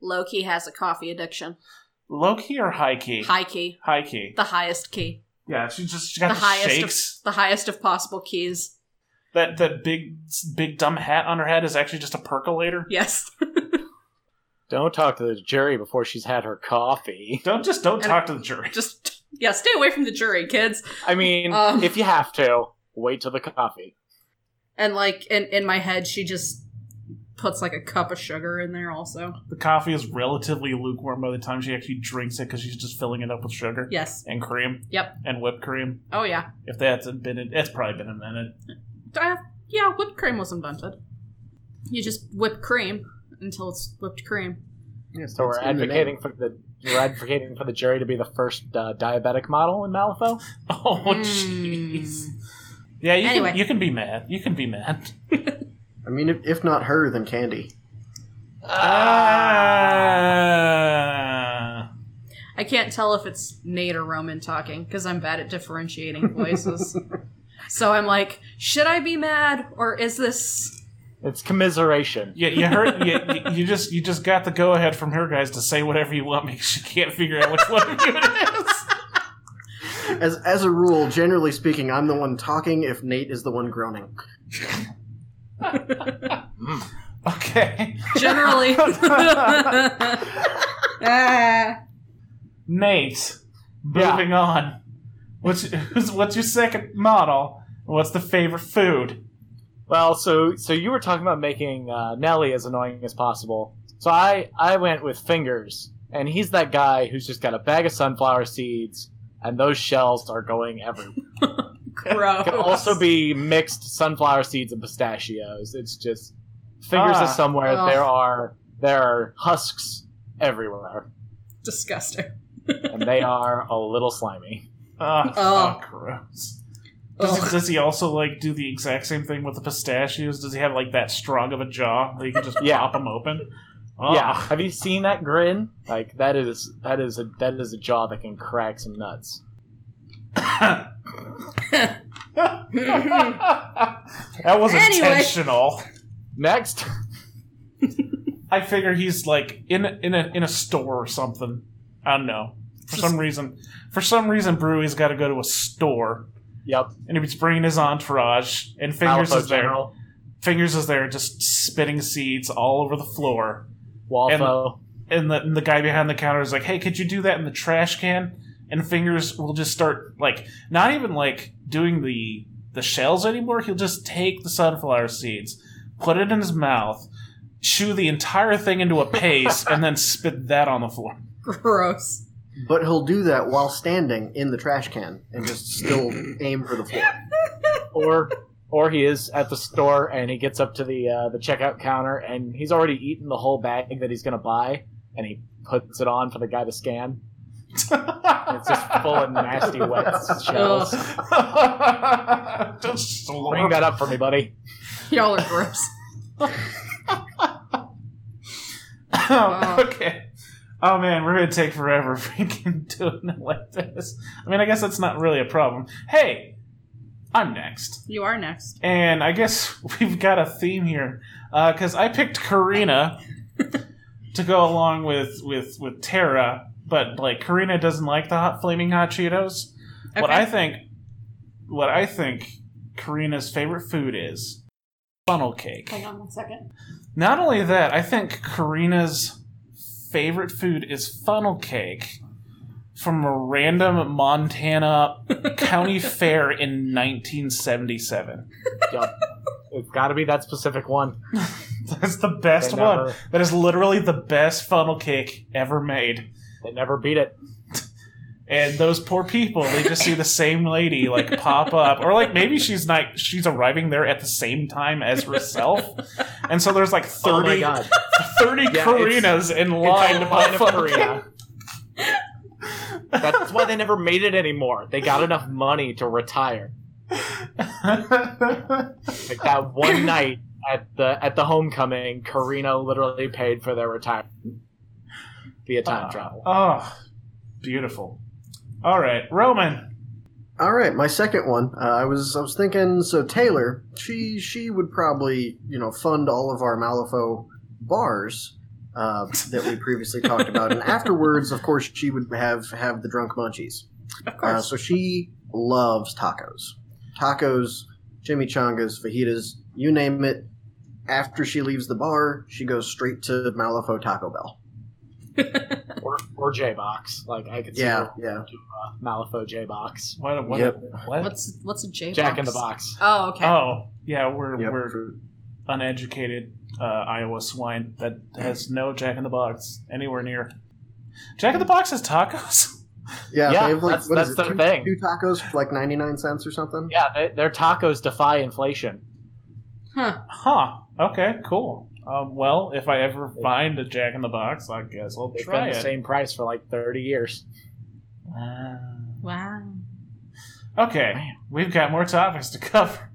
[SPEAKER 4] Loki has a coffee addiction.
[SPEAKER 2] low key or high key?
[SPEAKER 4] High key.
[SPEAKER 2] High key.
[SPEAKER 4] The highest key.
[SPEAKER 2] Yeah, she just she got the,
[SPEAKER 4] The highest of-
[SPEAKER 2] shakes.
[SPEAKER 4] The highest of possible keys.
[SPEAKER 2] That that big big dumb hat on her head is actually just a percolator.
[SPEAKER 4] Yes.
[SPEAKER 5] Don't talk to the jury before she's had her coffee.
[SPEAKER 2] Don't just don't
[SPEAKER 4] And-
[SPEAKER 2] talk to the jury.
[SPEAKER 4] Just, yeah, stay away from the jury, kids.
[SPEAKER 5] I mean,
[SPEAKER 4] Um.
[SPEAKER 5] if you have to, wait till the coffee.
[SPEAKER 4] And like in in my head, she just puts like a cup of sugar in there also.
[SPEAKER 2] The coffee is relatively lukewarm by the time she actually drinks it because she's just filling it up with sugar
[SPEAKER 4] Yes.
[SPEAKER 2] and cream.
[SPEAKER 4] Yep.
[SPEAKER 2] And whipped cream.
[SPEAKER 4] Oh yeah.
[SPEAKER 2] If that's been, in, it's probably been a minute.
[SPEAKER 4] Uh, yeah, whipped cream was invented. You just whip cream until it's whipped cream.
[SPEAKER 5] So we're advocating for the we're advocating for the jury to be the first uh, diabetic model in Malifaux.
[SPEAKER 2] Oh
[SPEAKER 4] Mm.
[SPEAKER 2] jeez. Yeah, you
[SPEAKER 4] Anyway.
[SPEAKER 2] can you can be mad. You can be mad.
[SPEAKER 3] I mean, if, if not her, then Candy.
[SPEAKER 2] Ah.
[SPEAKER 4] I can't tell if it's Nate or Roman talking because I'm bad at differentiating voices. so I'm like, should I be mad or is this?
[SPEAKER 5] It's commiseration.
[SPEAKER 2] You, you heard you, you- you just you just got the go ahead from her guys to say whatever you want because she can't figure out which one of you it is.
[SPEAKER 3] As as a rule, generally speaking, I'm the one talking if Nate is the one groaning.
[SPEAKER 2] Okay.
[SPEAKER 4] Generally. Ah.
[SPEAKER 2] Nate.
[SPEAKER 5] Yeah.
[SPEAKER 2] Moving on. What's who's, what's your second model? What's the favorite food?
[SPEAKER 5] Well, so so you were talking about making uh, Nelly as annoying as possible. So I I went with fingers, and he's that guy who's just got a bag of sunflower seeds, and those shells are going everywhere.
[SPEAKER 4] gross.
[SPEAKER 5] Can also be mixed sunflower seeds and pistachios. It's just fingers
[SPEAKER 2] Ah.
[SPEAKER 5] is somewhere.
[SPEAKER 4] Ugh.
[SPEAKER 5] There are there are husks everywhere,
[SPEAKER 4] disgusting.
[SPEAKER 5] and they are a little slimy.
[SPEAKER 2] Ah,
[SPEAKER 4] Oh.
[SPEAKER 2] oh, gross. Does,
[SPEAKER 5] Oh.
[SPEAKER 4] Ugh.
[SPEAKER 2] does he also like do the exact same thing with the pistachios? Does he have like that strong of a jaw that you can just
[SPEAKER 5] Yeah.
[SPEAKER 2] pop them open? Ah.
[SPEAKER 5] Yeah, have you seen that grin? Like that is that is a that is a jaw that can crack some nuts.
[SPEAKER 2] Oh. that was
[SPEAKER 4] Anyway.
[SPEAKER 2] intentional.
[SPEAKER 5] Next,
[SPEAKER 2] I figure he's like in a, in a in a store or something. I don't know. For some reason, for some reason, Brewy's got to go to a store,
[SPEAKER 5] yep,
[SPEAKER 2] and he's bringing his entourage. And fingers
[SPEAKER 5] Malifaux
[SPEAKER 2] is there.
[SPEAKER 5] General,
[SPEAKER 2] Fingers is there, just spitting seeds all over the floor.
[SPEAKER 5] Walfo.
[SPEAKER 2] And the, and the guy behind the counter is like, "Hey, could you do that in the trash can?" And Fingers will just start like not even like doing the the shells anymore. He'll just take the sunflower seeds, put it in his mouth, chew the entire thing into a paste, and then spit that on the floor.
[SPEAKER 4] gross.
[SPEAKER 3] But he'll do that while standing in the trash can and just still aim for the floor.
[SPEAKER 5] or or he is at the store and he gets up to the uh, the checkout counter and he's already eaten the whole bag that he's gonna buy and he puts it on for the guy to scan. And it's just full of nasty wet shells.
[SPEAKER 2] just
[SPEAKER 5] Bring that up for me, buddy.
[SPEAKER 4] Y'all are gross.
[SPEAKER 2] Oh, okay. Oh man, we're gonna take forever freaking doing it like this. I mean, I guess that's not really a problem. Hey, I'm next,
[SPEAKER 4] You are next.
[SPEAKER 2] and I guess we've got a theme here because I picked Karina to go along with with with Tara, but like Karina doesn't like the hot flaming hot Cheetos.
[SPEAKER 4] Okay.
[SPEAKER 2] What I think, what I think, Karina's favorite food is funnel cake.
[SPEAKER 4] Hang on one second.
[SPEAKER 2] Not only that, I think Karina's favorite food is funnel cake from a random Montana county fair in 1977.
[SPEAKER 5] Yup. It's got to be that specific one.
[SPEAKER 2] That's the
[SPEAKER 5] They
[SPEAKER 2] best one.
[SPEAKER 5] never,
[SPEAKER 2] That is literally the best funnel cake ever made.
[SPEAKER 5] they never beat it.
[SPEAKER 2] And those poor people, they just see the same lady like pop up, or like maybe she's not. She's arriving there at the same time as herself, and so there's like
[SPEAKER 5] Oh
[SPEAKER 2] 30,
[SPEAKER 5] my god!
[SPEAKER 2] 30
[SPEAKER 5] Yeah,
[SPEAKER 2] Karinas in line to buy
[SPEAKER 5] It's a
[SPEAKER 2] funnel
[SPEAKER 5] funnel
[SPEAKER 2] cake.
[SPEAKER 5] cake. That's why they never made it anymore. They got enough money to retire. Like that one night at the at the homecoming, Karina literally paid for their retirement via time travel.
[SPEAKER 2] Oh, beautiful. All right, Roman.
[SPEAKER 3] All right, my second one. Uh, I was I was thinking. So Taylor, she she would probably you know fund all of our Malifaux bars uh, that we previously talked about, and afterwards, of course, she would have have the drunk munchies.
[SPEAKER 4] Of
[SPEAKER 3] Uh,
[SPEAKER 4] course.
[SPEAKER 3] so she loves tacos, tacos, chimichangas, fajitas, you name it. After she leaves the bar, she goes straight to Malifaux Taco Bell.
[SPEAKER 5] Or, or J Box. Like I could see
[SPEAKER 3] Yeah,
[SPEAKER 5] her
[SPEAKER 3] yeah.
[SPEAKER 5] Malifaux J Box.
[SPEAKER 2] What? What?
[SPEAKER 5] Uh,
[SPEAKER 3] Yep.
[SPEAKER 2] what?
[SPEAKER 4] what's what's a J?
[SPEAKER 5] Jack in the Box.
[SPEAKER 4] Oh, okay.
[SPEAKER 2] Oh, yeah. We're
[SPEAKER 3] Yep.
[SPEAKER 2] we're uneducated uh, Iowa swine that has no Jack in the Box anywhere near. Jack in the Box has tacos.
[SPEAKER 3] Yeah,
[SPEAKER 5] Yeah,
[SPEAKER 3] they have like
[SPEAKER 5] that's-
[SPEAKER 3] what is
[SPEAKER 5] that's
[SPEAKER 3] it,
[SPEAKER 5] the
[SPEAKER 3] two,
[SPEAKER 5] thing.
[SPEAKER 3] two tacos for like ninety nine cents or something.
[SPEAKER 5] Yeah, they, their tacos defy inflation.
[SPEAKER 4] Huh.
[SPEAKER 2] Huh. Okay. Cool. Um, well, if I ever find a Jack in the Box, I guess I'll
[SPEAKER 5] They've
[SPEAKER 2] try
[SPEAKER 5] been the
[SPEAKER 2] it.
[SPEAKER 5] same price for like 30 years.
[SPEAKER 2] Uh,
[SPEAKER 4] Wow.
[SPEAKER 2] okay, we've got more topics to cover.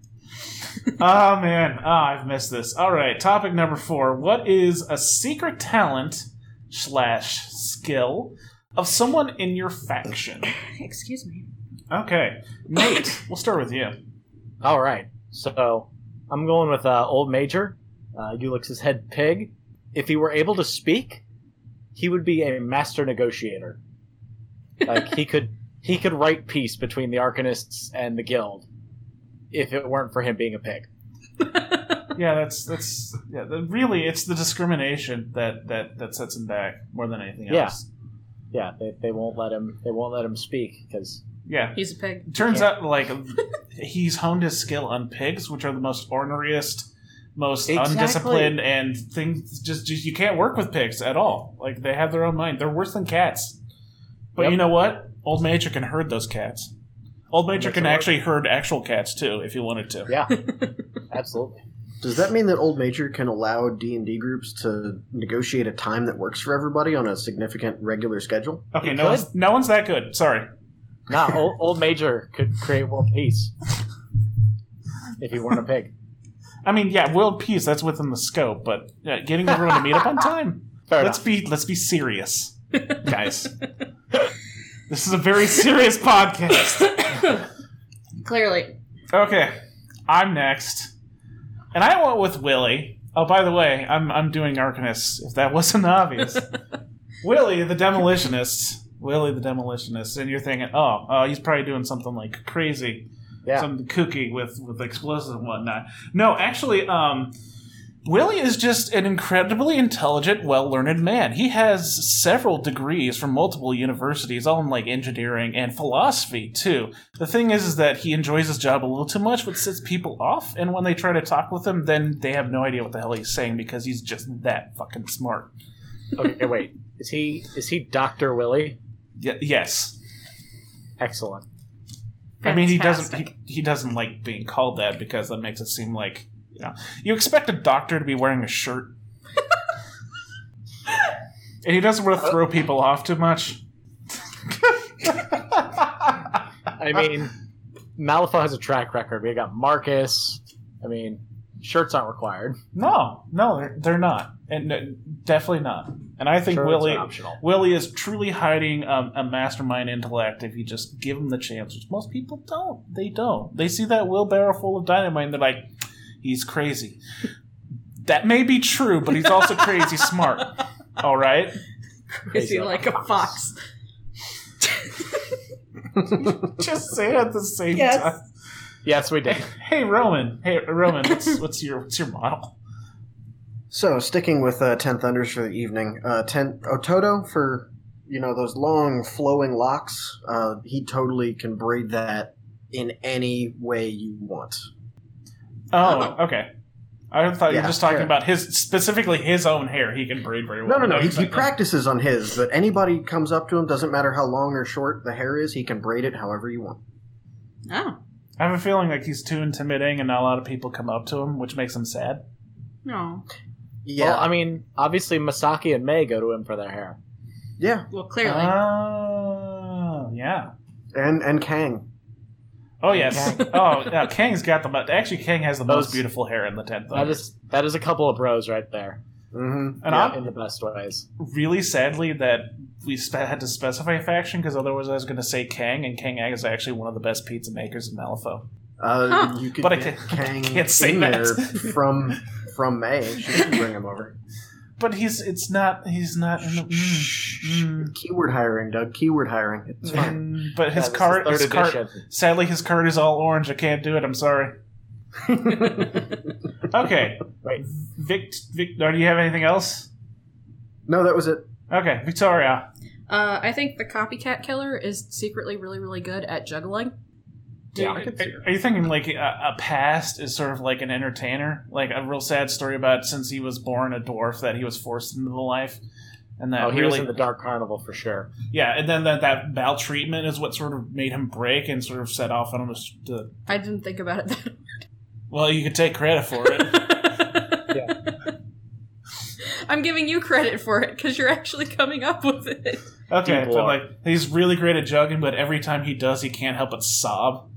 [SPEAKER 2] oh man, oh, I've missed this. All right, topic number four: What is a secret talent slash skill of someone in your faction?
[SPEAKER 4] Excuse me.
[SPEAKER 2] Okay, Nate, we'll start with you.
[SPEAKER 5] All right. So I'm going with uh, Old Major, uh, Ulysses Head Pig. If he were able to speak, he would be a master negotiator. Like he could he could write peace between the Arcanists and the Guild, if it weren't for him being a pig.
[SPEAKER 2] Yeah, that's that's yeah. the- Really, it's the discrimination that that that sets him back more than anything
[SPEAKER 5] Yeah.
[SPEAKER 2] else.
[SPEAKER 5] Yeah, they, they won't let him they won't let him speak because
[SPEAKER 2] Yeah,
[SPEAKER 4] He's a pig.
[SPEAKER 2] Turns
[SPEAKER 5] Yeah.
[SPEAKER 2] out, like, he's honed his skill on pigs, which are the most orneriest, most
[SPEAKER 5] Exactly.
[SPEAKER 2] undisciplined, and things just, just you can't work with pigs at all. Like, they have their own mind. They're worse than cats. But
[SPEAKER 5] Yep.
[SPEAKER 2] you know what? Old Major can herd those cats. Old Major
[SPEAKER 5] Makes
[SPEAKER 2] can
[SPEAKER 5] it work.
[SPEAKER 2] actually herd actual cats too, if he wanted to.
[SPEAKER 5] Yeah. absolutely
[SPEAKER 3] Does that mean that Old Major can allow D and D groups to negotiate a time that works for everybody on a significant regular schedule?
[SPEAKER 2] Okay,
[SPEAKER 5] He
[SPEAKER 2] no
[SPEAKER 5] could.
[SPEAKER 2] one's, no one's that good. Sorry.
[SPEAKER 5] nah, old, old Major could create world peace if he weren't a pig.
[SPEAKER 2] I mean, yeah, world peace. That's within the scope, but yeah, getting everyone to meet up on time.
[SPEAKER 5] Fair
[SPEAKER 2] let's
[SPEAKER 5] enough.
[SPEAKER 2] be let's be serious, guys. this is a very serious podcast.
[SPEAKER 4] Clearly.
[SPEAKER 2] Okay, I'm next, and I went with Willie. Oh, by the way, I'm I'm doing Arcanist. If that wasn't obvious, Willie the demolitionist. Willie the demolitionist, and you're thinking, oh, uh, he's probably doing something like crazy,
[SPEAKER 5] Yeah.
[SPEAKER 2] something kooky with with explosives and whatnot. No, actually, um, Willie is just an incredibly intelligent, well learned man. He has several degrees from multiple universities, all in like engineering and philosophy too. The thing is, is that he enjoys his job a little too much, which sets people off. And when they try to talk with him, then they have no idea what the hell he's saying because he's just that fucking smart.
[SPEAKER 5] Okay, wait. Is he is he Doctor Willie?
[SPEAKER 2] Y- yes,
[SPEAKER 5] Excellent.
[SPEAKER 2] I mean he doesn't
[SPEAKER 4] Fantastic.
[SPEAKER 2] he, he doesn't like being called that because that makes it seem like you know you expect a doctor to be wearing a shirt, and he doesn't want to throw people off too much.
[SPEAKER 5] I mean, Malifaux has a track record. We got Marcus. I mean, shirts aren't required.
[SPEAKER 2] No, no, they're, they're not, and uh, definitely not. And I think
[SPEAKER 5] Shirts
[SPEAKER 2] Willie
[SPEAKER 5] are optional.
[SPEAKER 2] Willie is truly hiding um, a mastermind intellect if you just give him the chance, which most people don't. They don't. They see that wheelbarrow full of dynamite and they're like, he's crazy. That may be true, but he's also crazy smart. All right?
[SPEAKER 4] Is he like a fox?
[SPEAKER 2] Just say it at the same
[SPEAKER 4] Yes.
[SPEAKER 2] time.
[SPEAKER 5] Yes, we did.
[SPEAKER 2] Hey, Roman. Hey, Roman, what's, what's your what's your model?
[SPEAKER 3] So, sticking with uh, Ten Thunders for the evening, uh, Ten Ototo for you know those long flowing locks. Uh, he totally can braid that in any way you want.
[SPEAKER 2] Oh, okay. I thought you
[SPEAKER 3] Yeah,
[SPEAKER 2] were just talking
[SPEAKER 3] sure.
[SPEAKER 2] about his specifically his own hair. He can braid very well.
[SPEAKER 3] No, no, no. He,
[SPEAKER 2] he's
[SPEAKER 3] he practices on his, but anybody comes up to him, doesn't matter how long or short the hair is, he can braid it however you want.
[SPEAKER 4] Oh.
[SPEAKER 2] I have a feeling like he's too intimidating, and not a lot of people come up to him, which makes him sad.
[SPEAKER 4] No.
[SPEAKER 3] Yeah,
[SPEAKER 5] Well, I mean, obviously Masaki and May go to him for their hair.
[SPEAKER 3] yeah,
[SPEAKER 4] Well, clearly.
[SPEAKER 5] Uh,
[SPEAKER 2] Oh, yeah.
[SPEAKER 3] and and Kang.
[SPEAKER 2] Oh, yes. oh, yeah. Kang's got the most. Actually, Kang has the most
[SPEAKER 5] Those-
[SPEAKER 2] beautiful hair in the 10th.
[SPEAKER 5] That is that is a couple of bros right there,
[SPEAKER 3] hmm
[SPEAKER 2] and
[SPEAKER 3] yeah.
[SPEAKER 2] I'm
[SPEAKER 5] in the best ways.
[SPEAKER 2] really sadly that we spe- had to specify faction because otherwise I was going to say Kang, and Kang is actually one of the best pizza makers in Malifaux.
[SPEAKER 3] Uh,
[SPEAKER 4] Huh.
[SPEAKER 3] You could
[SPEAKER 2] But I
[SPEAKER 3] get
[SPEAKER 2] can't-
[SPEAKER 3] Kang
[SPEAKER 2] can't say
[SPEAKER 3] in
[SPEAKER 2] that.
[SPEAKER 3] there from from May. She can bring him over.
[SPEAKER 2] But he's it's not he's not in the, mm, mm,
[SPEAKER 3] Keyword hiring, Doug. Keyword hiring. It's fine.
[SPEAKER 2] mm, but his
[SPEAKER 5] Yeah, this is
[SPEAKER 2] card
[SPEAKER 5] third
[SPEAKER 2] his card
[SPEAKER 5] edition.
[SPEAKER 2] sadly his card is all orange. I can't do it. I'm sorry. okay.
[SPEAKER 5] Right.
[SPEAKER 2] Vic, Vic, do you have anything else?
[SPEAKER 3] No, that was it.
[SPEAKER 2] Okay, Victoria.
[SPEAKER 4] Uh, I think the copycat killer is secretly really, really good at juggling.
[SPEAKER 6] Yeah.
[SPEAKER 2] Are, are you thinking like a, a past is sort of like an entertainer, like a real sad story about since he was born a dwarf that he was forced into the life, and that
[SPEAKER 5] oh, he was
[SPEAKER 2] really
[SPEAKER 5] in the Dark Carnival for sure.
[SPEAKER 2] yeah, and then that that maltreatment is what sort of made him break and sort of set off on him. To,
[SPEAKER 6] I didn't think about it that
[SPEAKER 2] well, you could take credit for it.
[SPEAKER 6] I'm giving you credit for it because you're actually coming up with it.
[SPEAKER 2] Okay,
[SPEAKER 5] People
[SPEAKER 2] but
[SPEAKER 5] are-
[SPEAKER 2] like he's really great at jugging, but every time he does, he can't help but sob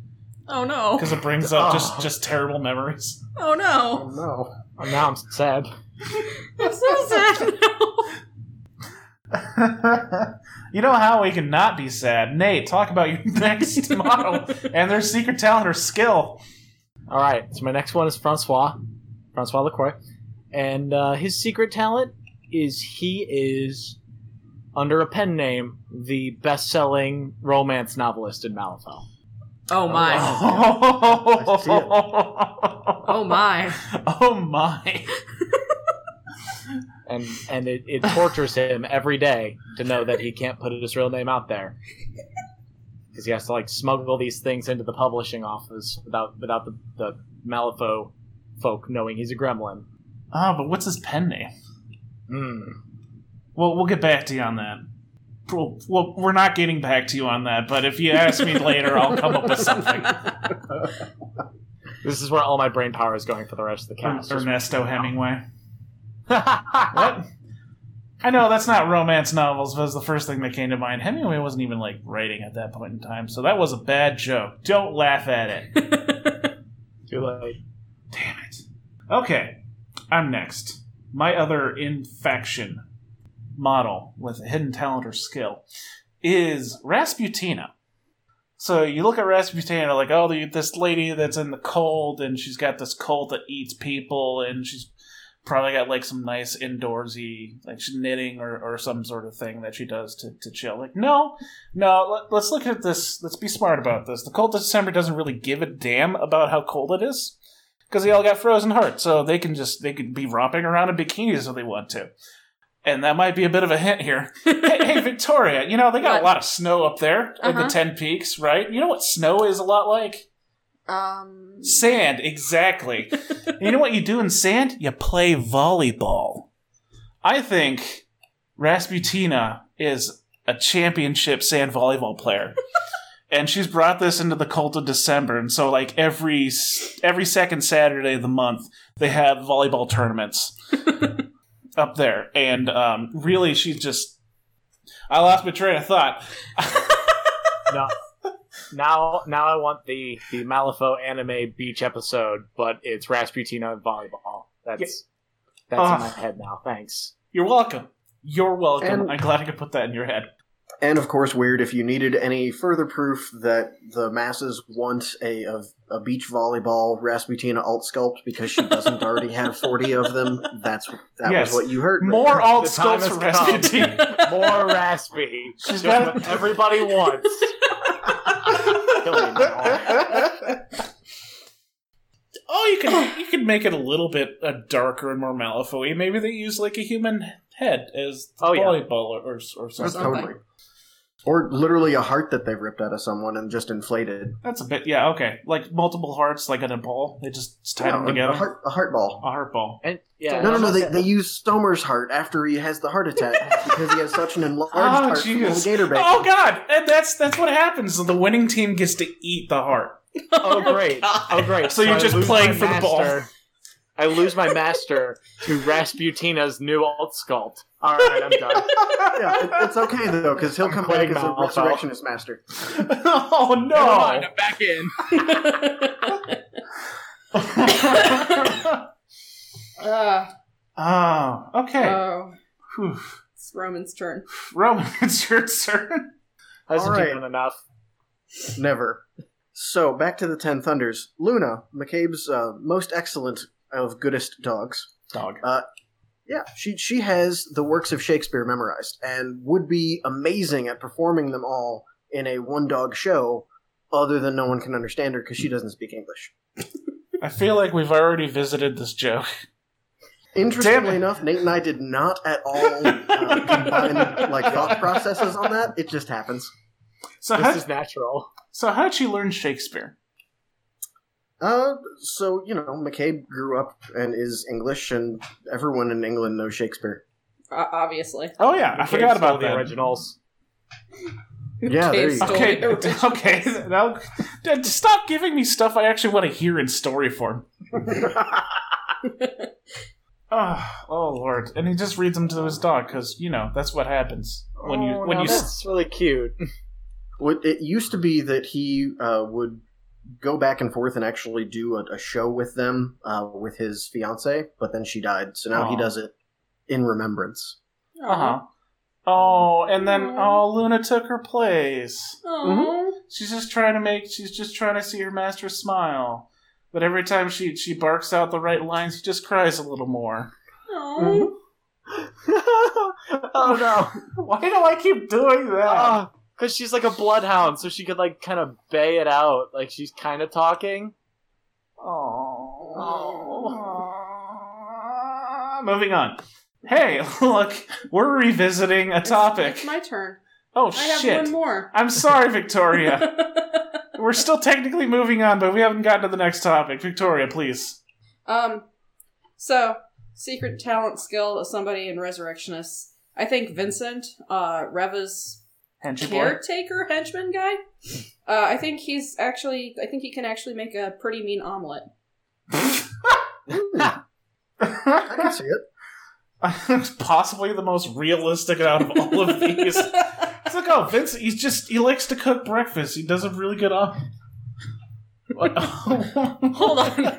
[SPEAKER 6] Oh no.
[SPEAKER 2] because it brings up just
[SPEAKER 5] Oh.
[SPEAKER 2] just terrible memories.
[SPEAKER 6] Oh no.
[SPEAKER 3] no.
[SPEAKER 5] Oh, now I'm sad.
[SPEAKER 6] I'm so sad now.
[SPEAKER 2] you know how we can not be sad, Nate? Talk about your next model and their secret talent or skill.
[SPEAKER 5] All right, so my next one is Francois, Francois Lacroix, and uh, his secret talent is he is under a pen name the best-selling romance novelist in Malifaux.
[SPEAKER 6] Oh my.
[SPEAKER 2] Oh,
[SPEAKER 6] Oh my.
[SPEAKER 2] my!
[SPEAKER 5] and and it, it tortures him every day to know that he can't put his real name out there because he has to like smuggle these things into the publishing office without without the, the Malifaux folk knowing he's a gremlin.
[SPEAKER 2] Ah, but what's his pen name?
[SPEAKER 5] Mm.
[SPEAKER 2] Well, we'll get back to you on that. Well, well, we're not getting back to you on that, but if you ask me later, I'll come up with something.
[SPEAKER 5] This is where all my brain power is going for the rest of the
[SPEAKER 2] Er-
[SPEAKER 5] cast.
[SPEAKER 2] Ernesto Hemingway.
[SPEAKER 5] what?
[SPEAKER 2] What? I know that's not romance novels, but it's the first thing that came to mind. Hemingway wasn't even like writing at that point in time, so that was a bad joke. Don't laugh at it.
[SPEAKER 5] Too late.
[SPEAKER 2] Damn it. Okay, I'm next. My other infection model with a hidden talent or skill is Rasputina. So you look at Rasputina like, oh, the- this lady that's in the cold, and she's got this cold that eats people, and she's probably got like some nice indoorsy, like she's knitting or, or some sort of thing that she does to, to chill. Like, no, no, let, let's look at this. Let's be smart about this. The cold of December doesn't really give a damn about how cold it is because they all got frozen hearts, so they can just they can be romping around in bikinis if they want to. And that might be a bit of a hint here. hey, hey, Victoria, you know they got
[SPEAKER 6] What?
[SPEAKER 2] a lot of snow up there in the
[SPEAKER 6] Uh-huh.
[SPEAKER 2] Ten Peaks, right? You know what snow is a lot like?
[SPEAKER 6] um.
[SPEAKER 2] Sand, exactly. And you know what you do in sand? You play volleyball. I think Rasputina is a championship sand volleyball player. and she's brought this into the cult of December. And so, like, every, s- every second Saturday of the month, they have volleyball tournaments up there. And um, really, she's just. I lost my train of thought.
[SPEAKER 5] No. Now, now I want the the Malifaux anime beach episode, but it's Rasputina and volleyball. That's that's
[SPEAKER 2] Ugh.
[SPEAKER 5] in my head now. Thanks.
[SPEAKER 2] You're welcome. You're welcome.
[SPEAKER 3] And-
[SPEAKER 2] I'm glad I could put that in your head.
[SPEAKER 3] And of course, weird. If you needed any further proof that the masses want a a, a beach volleyball Rasputina alt sculpt because she doesn't already have forty of them, that's that
[SPEAKER 2] Yes.
[SPEAKER 3] was what you heard.
[SPEAKER 2] More alt
[SPEAKER 5] The time
[SPEAKER 2] sculpts for
[SPEAKER 5] has come.
[SPEAKER 2] Rasputina.
[SPEAKER 5] More Raspy.
[SPEAKER 2] She's
[SPEAKER 5] Just
[SPEAKER 2] got-
[SPEAKER 5] what everybody wants. Kill me now.
[SPEAKER 2] Oh, you can you can make it a little bit uh, darker and more Malifaux-y. Maybe they use like a human head as the
[SPEAKER 5] Oh, yeah.
[SPEAKER 2] volleyball or, or or something.
[SPEAKER 3] That's totally. Or literally a heart that they've ripped out of someone and just inflated.
[SPEAKER 2] That's a bit yeah okay. Like multiple hearts, like in a ball. They just tie
[SPEAKER 3] No,
[SPEAKER 2] them
[SPEAKER 3] a-
[SPEAKER 2] together.
[SPEAKER 3] A heart, a heart ball.
[SPEAKER 2] A heart ball.
[SPEAKER 5] And, yeah,
[SPEAKER 3] No, no, no. They, they use Stomer's heart after he has the heart attack because he has such an enlarged heart from the
[SPEAKER 2] jeez.
[SPEAKER 3] gator bacon.
[SPEAKER 2] Oh god, and that's that's what happens. The winning team gets to eat the heart.
[SPEAKER 5] Oh great! Oh great!
[SPEAKER 2] So you're
[SPEAKER 5] I
[SPEAKER 2] just
[SPEAKER 5] lose
[SPEAKER 2] playing
[SPEAKER 5] my
[SPEAKER 2] for the ball.
[SPEAKER 5] master- I lose my master to Rasputina's new alt sculpt. All right, I'm done.
[SPEAKER 3] Yeah, it, it's okay though because he'll
[SPEAKER 5] I'm
[SPEAKER 3] come back
[SPEAKER 5] quitting
[SPEAKER 3] as a
[SPEAKER 5] now, pal.
[SPEAKER 3] resurrectionist master.
[SPEAKER 2] oh
[SPEAKER 5] Never
[SPEAKER 2] no!
[SPEAKER 5] mind, I'm back in.
[SPEAKER 4] Uh,
[SPEAKER 2] oh okay.
[SPEAKER 5] Uh,
[SPEAKER 4] oh,
[SPEAKER 2] Whew.
[SPEAKER 4] it's Roman's turn.
[SPEAKER 2] Roman, it's your turn.
[SPEAKER 5] Hasn't
[SPEAKER 3] All
[SPEAKER 5] he
[SPEAKER 3] right.
[SPEAKER 5] done enough?
[SPEAKER 3] Never. So back to the Ten Thunders. Luna, McCabe's uh, most excellent of goodest dogs.
[SPEAKER 2] Dog.
[SPEAKER 3] Yeah, she she has the works of Shakespeare memorized and would be amazing at performing them all in a one dog show. Other than no one can understand her because she doesn't speak English.
[SPEAKER 2] I feel like we've already visited this joke.
[SPEAKER 3] Interestingly enough, Nate and I did not at all uh, combine like thought processes on that. It just happens.
[SPEAKER 2] So how,
[SPEAKER 5] This is natural.
[SPEAKER 2] so how'd she learn Shakespeare?
[SPEAKER 3] Uh, so you know, McCabe grew up and is English, and everyone in England knows Shakespeare.
[SPEAKER 4] Uh, obviously.
[SPEAKER 2] Oh yeah, I
[SPEAKER 5] McCabe
[SPEAKER 2] forgot
[SPEAKER 5] stole
[SPEAKER 2] about
[SPEAKER 5] the
[SPEAKER 2] that.
[SPEAKER 5] originals.
[SPEAKER 3] Yeah, there you go.
[SPEAKER 4] stole
[SPEAKER 2] Okay,
[SPEAKER 4] the original.
[SPEAKER 2] okay. Now, d- stop giving me stuff I actually want to hear in story form. Oh, oh lord! And he just reads them to his dog because you know that's what happens when you
[SPEAKER 5] Oh,
[SPEAKER 2] when
[SPEAKER 5] now
[SPEAKER 2] you. s-
[SPEAKER 5] that's really cute.
[SPEAKER 3] What it used to be that he uh, would go back and forth and actually do a, a show with them uh, with his fiance, but then she died, so now he
[SPEAKER 2] Aw.
[SPEAKER 3] does it in remembrance.
[SPEAKER 2] Uh huh. Oh, and then oh, Luna took her place.
[SPEAKER 6] Oh.
[SPEAKER 4] Aw.
[SPEAKER 2] She's just trying to make. She's just trying to see her master smile. But every time she she barks out the right lines, he just cries a little more.
[SPEAKER 4] Aw.
[SPEAKER 2] Mm-hmm.
[SPEAKER 5] oh no.
[SPEAKER 2] Why do I keep doing that?
[SPEAKER 5] because she's like a bloodhound, so she could like kind of bay it out, like she's kind of talking.
[SPEAKER 2] Oh. Moving on. Hey, look, we're revisiting a topic.
[SPEAKER 4] It's, it's my turn.
[SPEAKER 2] oh
[SPEAKER 4] I have
[SPEAKER 2] shit.
[SPEAKER 4] one more.
[SPEAKER 2] I'm sorry, Victoria. we're still technically moving on, but we haven't gotten to the next topic. Victoria, please.
[SPEAKER 4] Um, so secret talent skill of somebody in Resurrectionists. I think Vincent, uh, Reva's
[SPEAKER 2] Henchman.
[SPEAKER 4] caretaker henchman guy. Uh, I think he's actually. I think he can actually make a pretty mean omelet.
[SPEAKER 3] I Hmm, can see it.
[SPEAKER 2] Possibly the most realistic out of all of these. it's like, oh, Vince, he's just, he likes to cook breakfast. He does a really good omelet.
[SPEAKER 6] Hold on.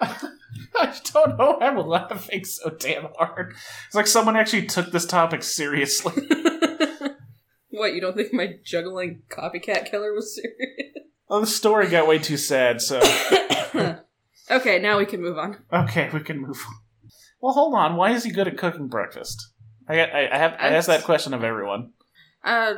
[SPEAKER 2] I don't know. why I'm laughing so damn hard. It's like someone actually took this topic seriously.
[SPEAKER 4] what you don't think my juggling copycat killer was serious?
[SPEAKER 2] Well, the story got way too sad, so
[SPEAKER 4] okay, now we can move on.
[SPEAKER 2] okay, we can move on. Well, hold on. Why is he good at cooking breakfast? I got, I, I have I asked that question of everyone.
[SPEAKER 4] Uh,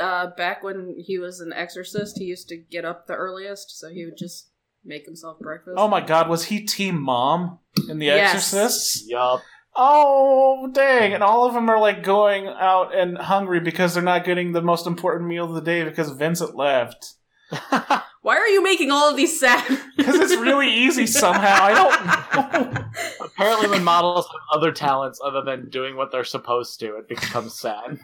[SPEAKER 4] uh, back when he was an exorcist, he used to get up the earliest, so he would just make himself breakfast.
[SPEAKER 2] Oh my God, was he Team Mom in The
[SPEAKER 4] Yes.
[SPEAKER 2] Exorcist?
[SPEAKER 5] Yup.
[SPEAKER 2] Oh dang! And all of them are like going out and hungry because they're not getting the most important meal of the day because Vincent left.
[SPEAKER 4] Why are you making all of these sad?
[SPEAKER 2] Because it's really easy somehow. I don't know.
[SPEAKER 5] Apparently, when models have other talents other than doing what they're supposed to, it becomes sad.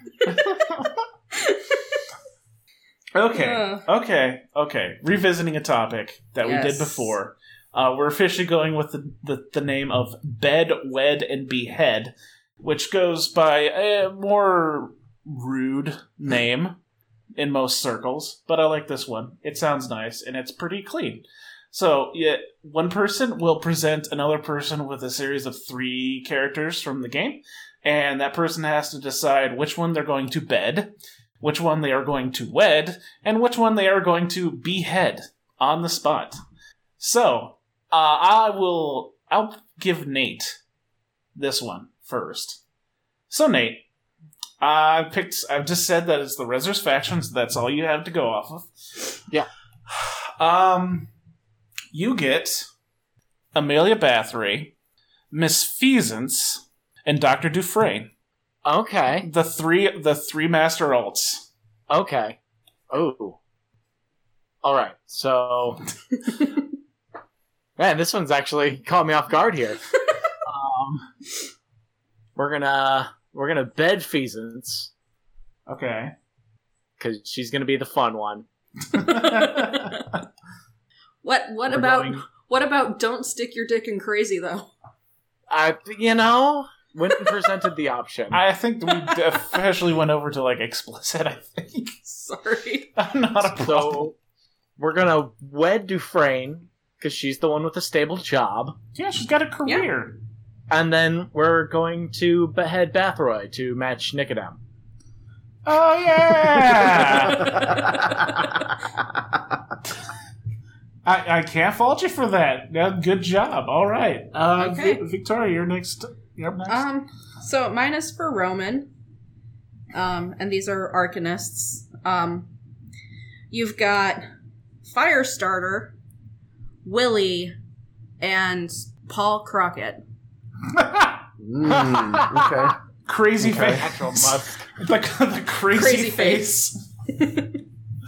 [SPEAKER 2] Okay.
[SPEAKER 4] Ugh.
[SPEAKER 2] Okay. Okay. Revisiting a topic that we
[SPEAKER 4] Yes.
[SPEAKER 2] did before. Uh, we're officially going with the, the, the name of Bed, Wed, and Behead, which goes by a more rude name in most circles, but I like this one. It sounds nice and it's pretty clean. So, yeah, one person will present another person with a series of three characters from the game, and that person has to decide which one they're going to bed, which one they are going to wed, and which one they are going to behead on the spot. So, uh, I will. I'll give Nate this one first. So, Nate, I picked. I've just said that it's the Rezzers faction, so that's all you have to go off of.
[SPEAKER 5] Yeah.
[SPEAKER 2] Um, you get Amelia Bathory, Miss Feasance, and Doctor Dufresne.
[SPEAKER 5] Okay.
[SPEAKER 2] The three. The three master alts.
[SPEAKER 5] Okay. Oh. All right. So, man, this one's actually caught me off guard here. um, we're gonna we're gonna bed Feasance
[SPEAKER 2] Okay.
[SPEAKER 5] because she's gonna be the fun one.
[SPEAKER 4] What? What
[SPEAKER 5] We're
[SPEAKER 4] about?
[SPEAKER 5] going-
[SPEAKER 4] What about? Don't stick your dick in crazy though.
[SPEAKER 5] I you know when presented the option.
[SPEAKER 2] I think we officially went over to like explicit. I think
[SPEAKER 4] Sorry.
[SPEAKER 2] not a problem.
[SPEAKER 5] so we're gonna wed Dufresne because she's the one with a stable job,
[SPEAKER 2] yeah, she's got a career.
[SPEAKER 5] and then we're going to behead Bathroy to match Nicodem.
[SPEAKER 2] Oh yeah. I, I can't fault you for that. Uh, good job. All right. Uh,
[SPEAKER 4] Okay.
[SPEAKER 2] Vi- Victoria, you're next. You're up next.
[SPEAKER 4] Um. So minus for Roman. Um, and these are arcanists. Um, you've got Firestarter, Willie, and Paul Crockett.
[SPEAKER 3] Mm, okay.
[SPEAKER 2] crazy
[SPEAKER 3] Okay.
[SPEAKER 2] face.
[SPEAKER 5] Natural Musk.
[SPEAKER 2] the, the crazy,
[SPEAKER 4] Crazy
[SPEAKER 2] face.
[SPEAKER 4] face.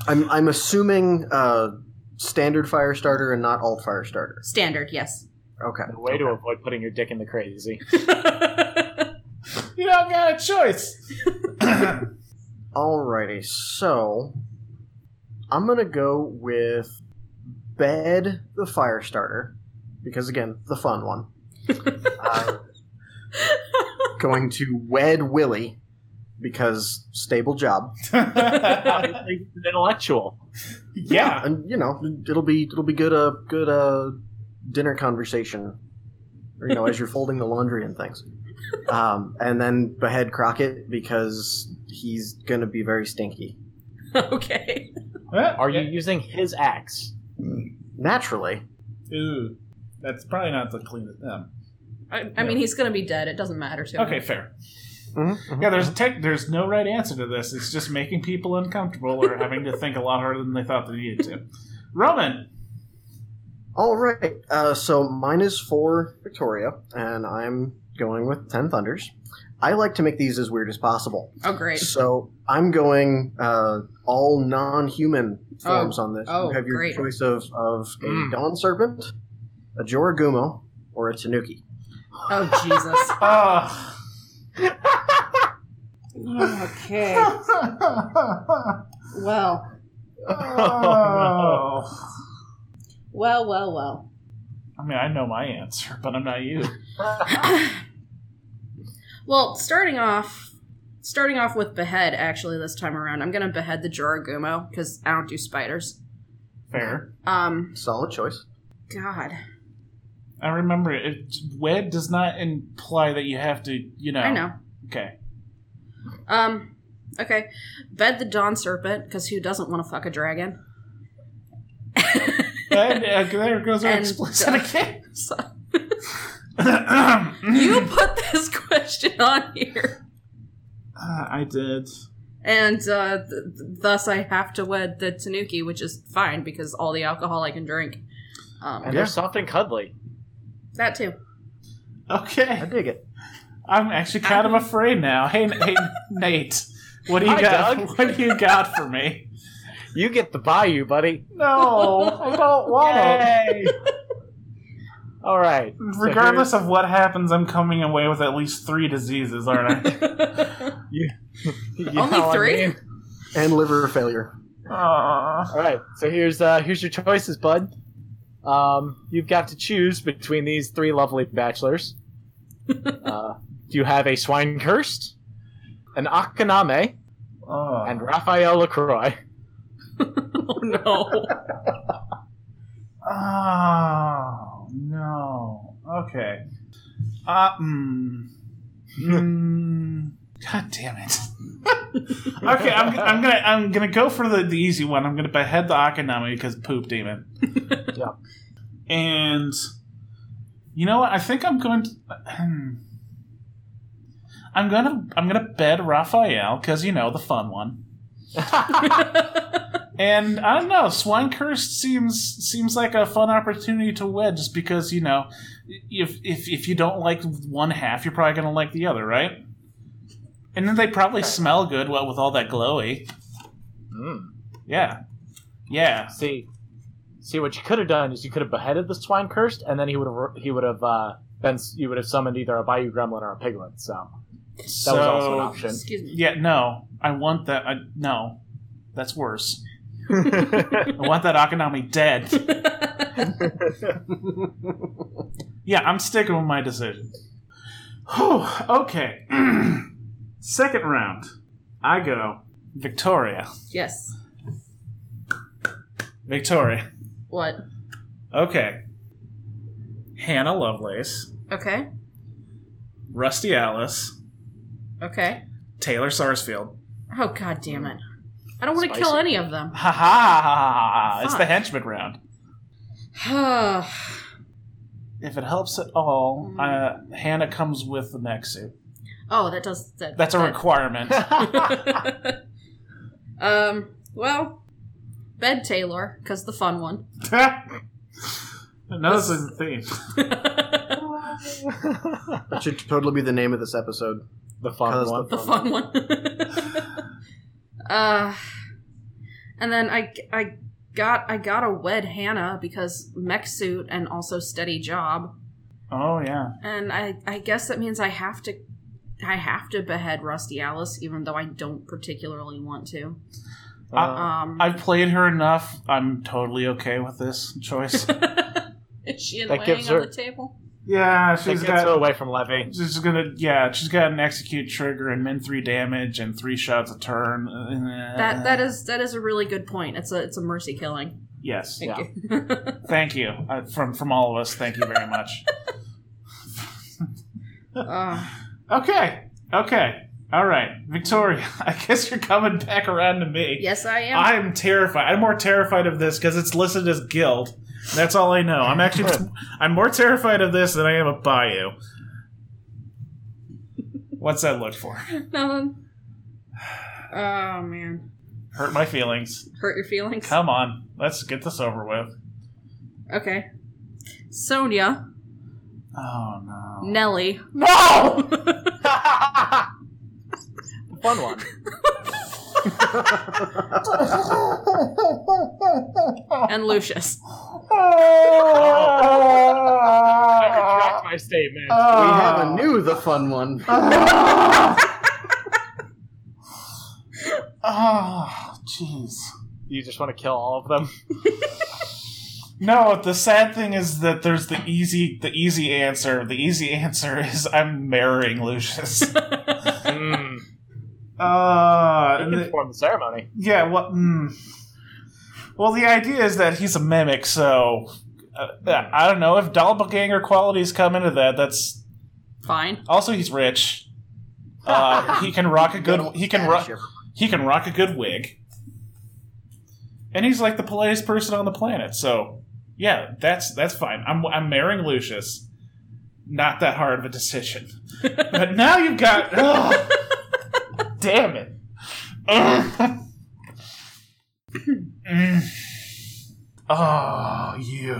[SPEAKER 3] I'm I'm assuming uh, standard fire starter and not alt fire starter.
[SPEAKER 7] Standard, yes.
[SPEAKER 3] Okay.
[SPEAKER 5] The way to avoid putting your dick in the crazy.
[SPEAKER 2] You don't got a choice.
[SPEAKER 3] Alrighty, so I'm gonna go with bed the fire starter because again, the fun one. I'm going to wed Willie because stable job,
[SPEAKER 5] He's an intellectual.
[SPEAKER 2] yeah.
[SPEAKER 3] and you know it'll be it'll be good a good uh dinner conversation, or, you know, as you're folding the laundry and things. Um, and then behead Crockett because he's gonna be very stinky
[SPEAKER 4] okay.
[SPEAKER 5] Are you using his axe?
[SPEAKER 3] naturally.
[SPEAKER 2] Ooh, that's probably not the cleanest. Um,
[SPEAKER 4] I, I mean, he's gonna be dead. It doesn't matter to him.
[SPEAKER 2] okay, fair.
[SPEAKER 3] Mhm, mhm.
[SPEAKER 2] Yeah, there's tech, there's no right answer to this. It's just making people uncomfortable or having to think a lot harder than they thought they needed to. Roman,
[SPEAKER 3] All right. Uh, so mine is for Victoria, and I'm going with Ten Thunders. I like to make these as weird as possible.
[SPEAKER 4] Oh, great.
[SPEAKER 3] So I'm going uh, all non-human forms on this.
[SPEAKER 7] Oh,
[SPEAKER 3] you have your
[SPEAKER 7] great. Hmm.
[SPEAKER 3] choice of, of a dawn serpent, a Joragumo, or a Tanuki.
[SPEAKER 7] Oh Jesus.
[SPEAKER 2] uh,
[SPEAKER 7] okay. Well.
[SPEAKER 2] oh.
[SPEAKER 7] Well, well, well.
[SPEAKER 2] I mean, I know my answer, but I'm not you.
[SPEAKER 4] Well, starting off, starting off with behead. Actually, this time around, I'm gonna behead the Joragumo because I don't do spiders.
[SPEAKER 2] Fair.
[SPEAKER 4] Um,
[SPEAKER 3] Solid choice.
[SPEAKER 4] God,
[SPEAKER 2] I remember it. Wed does not imply that you have to, you know.
[SPEAKER 4] I know.
[SPEAKER 2] Okay.
[SPEAKER 4] Um, okay, bed the Dawn Serpent because who doesn't want to fuck a dragon?
[SPEAKER 2] And, uh, there goes our
[SPEAKER 4] And,
[SPEAKER 2] explicit
[SPEAKER 4] uh,
[SPEAKER 2] again.
[SPEAKER 4] So, you put this question on here,
[SPEAKER 2] Ah, I did.
[SPEAKER 4] and uh, th- th- thus I have to wed the Tanuki, which is fine because all the alcohol I can drink. Um,
[SPEAKER 5] And
[SPEAKER 3] Yeah.
[SPEAKER 5] they're soft and cuddly.
[SPEAKER 4] that too.
[SPEAKER 3] I
[SPEAKER 2] Okay.
[SPEAKER 3] dig it.
[SPEAKER 2] I'm actually kind of afraid now. Hey, N- hey Nate, what do you
[SPEAKER 5] Hi,
[SPEAKER 2] got?
[SPEAKER 5] Doug.
[SPEAKER 2] What do you got for me?
[SPEAKER 5] You get the bayou, buddy.
[SPEAKER 2] No, I don't want
[SPEAKER 5] Yay! All right. so
[SPEAKER 2] Regardless of what happens, I'm coming away with at least three diseases, aren't
[SPEAKER 5] here's- you
[SPEAKER 4] Only
[SPEAKER 5] know what I
[SPEAKER 4] three?
[SPEAKER 5] mean?
[SPEAKER 3] And liver failure.
[SPEAKER 2] I? Aw.
[SPEAKER 5] All right. So here's uh, here's your choices, bud. Um, you've got to choose between these three lovely bachelors. uh, you have a swine cursed, an Akaname,
[SPEAKER 2] Aw.
[SPEAKER 5] and Raphael Lacroix.
[SPEAKER 4] Oh no.
[SPEAKER 2] Oh no. Okay. Uh, mm, mm, God damn it. okay, I'm, I'm gonna I'm gonna go for the, the easy one. I'm gonna behead the Akanami because poop demon.
[SPEAKER 5] Yeah.
[SPEAKER 2] And you know what? I think I'm going to. hmm. I'm gonna I'm gonna bed Raphael because you know the fun one.
[SPEAKER 5] Hmm,
[SPEAKER 2] And I don't know, Swine Cursed seems seems like a fun opportunity to wed just because, you know, if if if you don't like one half, you're probably gonna like the other, right? And then they probably smell good well with all that glowy.
[SPEAKER 5] Mm.
[SPEAKER 2] Yeah. Yeah.
[SPEAKER 5] See, see what you could have done is you could have beheaded the swine cursed, and then he would have he would have uh, been you would have summoned either a Bayou Gremlin or a Piglet. So
[SPEAKER 2] so,
[SPEAKER 5] that was also an option.
[SPEAKER 4] Excuse me.
[SPEAKER 2] Yeah, no. I want that I no. That's worse. I want that Akonami dead. yeah, I'm sticking with my decision. Whew, okay. Second round. I go Victoria.
[SPEAKER 4] Yes.
[SPEAKER 2] Victoria.
[SPEAKER 4] What?
[SPEAKER 2] Okay. Hannah Lovelace,
[SPEAKER 4] Okay.
[SPEAKER 2] Rusty Alice,
[SPEAKER 4] Okay.
[SPEAKER 2] Taylor Sarsfield.
[SPEAKER 4] Oh god damn it. I don't want to
[SPEAKER 5] Spicy.
[SPEAKER 4] kill any of them.
[SPEAKER 2] Ha ha! It's the
[SPEAKER 4] Fuck.
[SPEAKER 2] henchman round.
[SPEAKER 4] oh,
[SPEAKER 2] If it helps at all, uh, Hannah comes with the mech suit.
[SPEAKER 4] that does that,
[SPEAKER 2] That's a
[SPEAKER 4] that-
[SPEAKER 2] requirement.
[SPEAKER 4] um, well, bed Taylor cuz the fun one.
[SPEAKER 2] Another thing.
[SPEAKER 4] the
[SPEAKER 3] That should totally be the name of this episode.
[SPEAKER 5] the fun
[SPEAKER 3] Cause
[SPEAKER 5] one.
[SPEAKER 3] the-
[SPEAKER 4] fun one. uh and then I I
[SPEAKER 6] got I gotta wed Hannah because mech suit and also steady job.
[SPEAKER 2] Oh yeah.
[SPEAKER 6] And I I guess that means I have to I have to behead Rusty Alice, even though I don't particularly want to.
[SPEAKER 2] Uh,
[SPEAKER 6] Um,
[SPEAKER 2] I've played her enough. I'm totally okay with this choice.
[SPEAKER 6] is she in
[SPEAKER 5] That
[SPEAKER 6] laying
[SPEAKER 5] gives
[SPEAKER 6] on
[SPEAKER 5] her-
[SPEAKER 6] the table?
[SPEAKER 2] yeah,
[SPEAKER 5] That
[SPEAKER 2] she's
[SPEAKER 5] gets her
[SPEAKER 2] got.
[SPEAKER 5] away from Levy.
[SPEAKER 2] She's gonna. Yeah, she's got an execute trigger and min three damage and three shots a turn. Uh,
[SPEAKER 6] That that is that is a really good point. It's a it's a mercy killing.
[SPEAKER 2] yes.
[SPEAKER 6] Thank
[SPEAKER 5] Yeah.
[SPEAKER 6] you.
[SPEAKER 2] Thank you uh, from from all of us. Thank you very much.
[SPEAKER 6] Uh,
[SPEAKER 2] okay. Okay. All right, Victoria. I guess you're coming back around to me.
[SPEAKER 6] yes, I am.
[SPEAKER 2] I'm terrified. I'm more terrified of this because it's listed as guild. That's all I know. I'm actually, I'm more terrified of this than I am of Bayou. What's that look for?
[SPEAKER 6] Nothing. Um, Oh man,
[SPEAKER 2] Hurt my feelings.
[SPEAKER 6] hurt your feelings.
[SPEAKER 2] Come on, let's get this over with.
[SPEAKER 6] Okay, Sonia,
[SPEAKER 2] Oh no.
[SPEAKER 6] Nelly.
[SPEAKER 5] No! Fun one.
[SPEAKER 6] and Lucius.
[SPEAKER 5] I retract my statement.
[SPEAKER 2] Uh,
[SPEAKER 3] we have a new the fun one.
[SPEAKER 2] Oh, jeez.
[SPEAKER 5] you just want to kill all of them.
[SPEAKER 2] No, the sad thing is that there's the easy, the easy answer. The easy answer is I'm marrying Lucius.
[SPEAKER 5] Mm.
[SPEAKER 2] uh,
[SPEAKER 5] You
[SPEAKER 2] and the-
[SPEAKER 5] can form the ceremony.
[SPEAKER 2] Yeah, well, mm, well, the idea is that he's a mimic, so uh, I don't know if doppelganger qualities come into that. That's
[SPEAKER 6] Fine.
[SPEAKER 2] also he's rich. Uh, he can rock a good he can rock he can rock a good wig, and he's like the politest person on the planet. So yeah, that's that's fine. I'm I'm marrying Lucius. Not that hard of a decision, but now you've got. ugh. damn it. Ugh. Mm. Oh, you.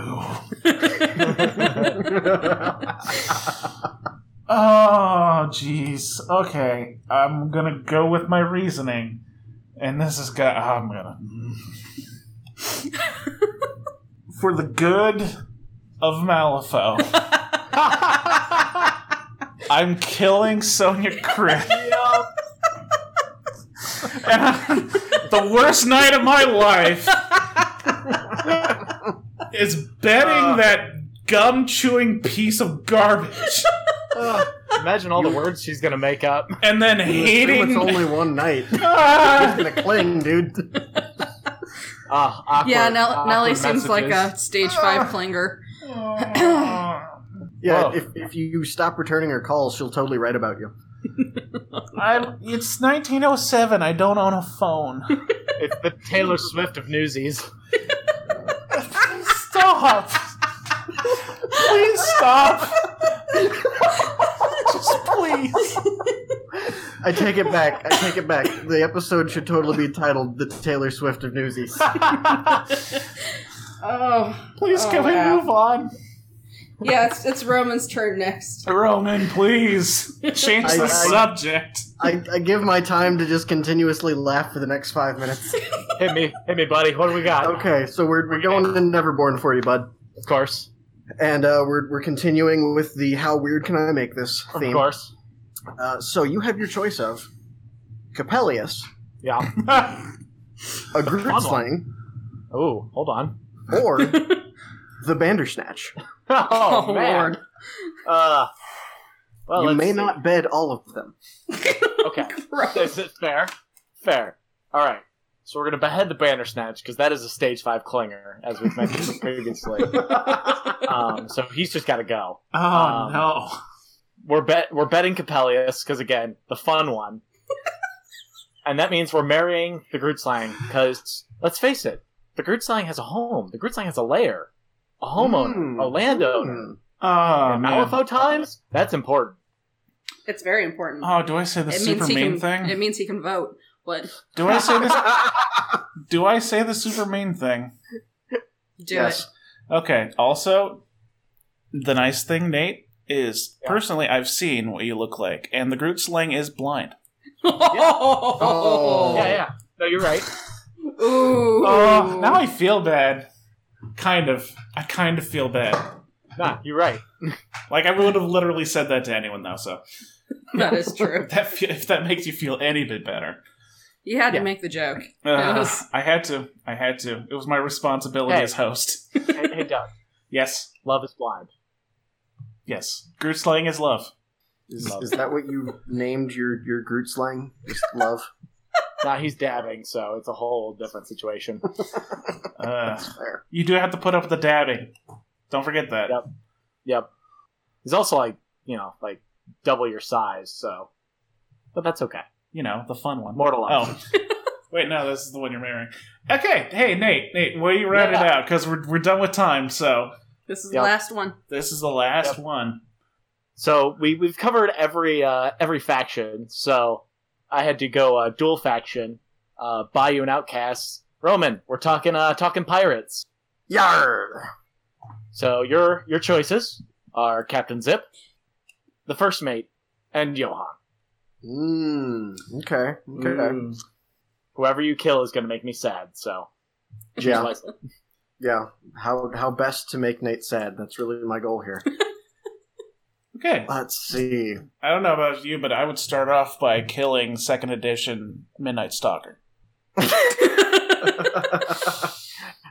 [SPEAKER 2] Oh, jeez. Okay, I'm gonna go with my reasoning, and this is got. I'm gonna. For the good of Malifaux, I'm killing Sonia Crit. and I'm- the worst night of my life is betting
[SPEAKER 5] Uh.
[SPEAKER 2] that gum chewing piece of garbage
[SPEAKER 5] Ugh. uh, imagine all the words she's gonna make up.
[SPEAKER 2] and then hating.
[SPEAKER 3] It's only one night.
[SPEAKER 2] Ah!
[SPEAKER 3] Gonna cling,
[SPEAKER 2] Oh.
[SPEAKER 3] dude.
[SPEAKER 5] Ah, awkward,
[SPEAKER 6] yeah, Nell-
[SPEAKER 5] awkward
[SPEAKER 6] Nelly seems like
[SPEAKER 5] messages.
[SPEAKER 6] a stage five clinger.
[SPEAKER 3] Yeah,
[SPEAKER 5] Whoa.
[SPEAKER 3] if, if you stop returning her calls, she'll totally write about you.
[SPEAKER 2] I, it's 1907. I don't own a phone.
[SPEAKER 5] It's the Taylor Swift of Newsies.
[SPEAKER 2] Stop. please stop. Just please.
[SPEAKER 3] I take it back. I take it back. The episode should totally be titled "The Taylor Swift of Newsies."
[SPEAKER 6] Oh,
[SPEAKER 2] Please, can
[SPEAKER 6] Oh,
[SPEAKER 2] we
[SPEAKER 6] wow.
[SPEAKER 2] move on?
[SPEAKER 6] yeah. It's, it's Roman's turn next.
[SPEAKER 2] Roman, please change
[SPEAKER 3] I-
[SPEAKER 2] the
[SPEAKER 3] I-
[SPEAKER 2] subject.
[SPEAKER 3] I, I give my time to just continuously laugh for the next five minutes.
[SPEAKER 5] hit me, hit me, buddy. What do we got?
[SPEAKER 3] Okay, so we're, we're going to Neverborn for you, bud,
[SPEAKER 5] Of course,
[SPEAKER 3] and uh, we're we're continuing with the "How weird can I make this?"
[SPEAKER 5] of
[SPEAKER 3] theme.
[SPEAKER 5] course.
[SPEAKER 3] Uh, so you have your choice of Capellius,
[SPEAKER 5] Yeah.
[SPEAKER 3] a Groot
[SPEAKER 5] one.
[SPEAKER 3] slang,
[SPEAKER 5] Oh, hold on.
[SPEAKER 3] or the Bandersnatch.
[SPEAKER 5] Oh,
[SPEAKER 6] Oh,
[SPEAKER 5] man.
[SPEAKER 6] Lord.
[SPEAKER 5] Uh, well,
[SPEAKER 3] you
[SPEAKER 5] let's
[SPEAKER 3] may
[SPEAKER 5] see.
[SPEAKER 3] not bed all of them.
[SPEAKER 5] Okay. Is it fair? Fair. All right. So we're gonna behead the Bandersnatch because that is a stage five clinger, as we've mentioned previously. Um, so he's just got to go.
[SPEAKER 2] Oh
[SPEAKER 5] Um,
[SPEAKER 2] no.
[SPEAKER 5] We're bet we're betting Capellius because again, the fun one, and that means we're marrying the Grootslang because let's face it, the Grootslang has a home. The Grootslang has a lair, a homeowner, a landowner.
[SPEAKER 3] Hmm.
[SPEAKER 2] Oh
[SPEAKER 5] In
[SPEAKER 2] man.
[SPEAKER 5] Malifaux times, that's important.
[SPEAKER 6] It's very important.
[SPEAKER 2] Oh, do I say the
[SPEAKER 6] it means
[SPEAKER 2] super
[SPEAKER 6] he can.
[SPEAKER 2] mean thing?
[SPEAKER 6] It means he can vote. What?
[SPEAKER 2] do I say this? do I say the super mean thing?
[SPEAKER 6] Do
[SPEAKER 3] yes.
[SPEAKER 2] Okay. Also, the nice thing, Nate, is
[SPEAKER 5] Yeah.
[SPEAKER 2] personally I've seen what you look like, and the Groot slang is blind.
[SPEAKER 6] it.
[SPEAKER 3] Oh.
[SPEAKER 5] Yeah, yeah. No, you're right.
[SPEAKER 6] Ooh.
[SPEAKER 2] Oh, now I feel bad. Kind of. I kind of feel bad.
[SPEAKER 5] Nah, you're right.
[SPEAKER 2] Like I would have literally said that to anyone though. So
[SPEAKER 6] that is true.
[SPEAKER 2] if that fe- if that makes you feel any bit better,
[SPEAKER 6] You had
[SPEAKER 5] Yeah.
[SPEAKER 6] to make the joke.
[SPEAKER 2] Ugh,
[SPEAKER 6] Yes.
[SPEAKER 2] I had to. I had to. It was my responsibility
[SPEAKER 5] Hey.
[SPEAKER 2] as host.
[SPEAKER 5] hey, hey, Doug,
[SPEAKER 2] Yes,
[SPEAKER 5] love is blind.
[SPEAKER 2] yes. Groot slaying is love.
[SPEAKER 3] Is,
[SPEAKER 5] Love.
[SPEAKER 3] is that what you named your, your Groot slang? Just love?
[SPEAKER 5] Now he's dabbing, so it's a whole different situation.
[SPEAKER 2] Uh,
[SPEAKER 3] There.
[SPEAKER 2] you do have to put up with the dabbing. Don't forget that.
[SPEAKER 5] Yep. Yep. He's also like, you know, like double your size, so. But that's okay.
[SPEAKER 2] You know the fun one.
[SPEAKER 5] Mortalized.
[SPEAKER 2] Oh. Wait, no, this is the one you're marrying. Okay, hey Nate, Nate, will you round it
[SPEAKER 5] Yeah.
[SPEAKER 2] out? Because we're, we're done with time, so
[SPEAKER 6] This is
[SPEAKER 5] Yep.
[SPEAKER 6] the last one.
[SPEAKER 2] this is the last one.
[SPEAKER 5] So we we've covered every uh, every faction. So I had to go uh, dual faction, uh, Bayou and Outcasts. Roman, we're talking uh, talking pirates.
[SPEAKER 3] Yar!
[SPEAKER 5] So your your choices are Captain Zip, the first mate, and Johan.
[SPEAKER 3] Mmm. Okay. Okay.
[SPEAKER 2] Ooh.
[SPEAKER 5] Whoever you kill is going to make me sad. So
[SPEAKER 3] Yeah.
[SPEAKER 5] choose wisely.
[SPEAKER 3] Yeah. How how best to make Nate sad? That's really my goal here.
[SPEAKER 2] Okay,
[SPEAKER 3] Let's see.
[SPEAKER 2] I don't know about you, but I would start off by killing second edition Midnight Stalker.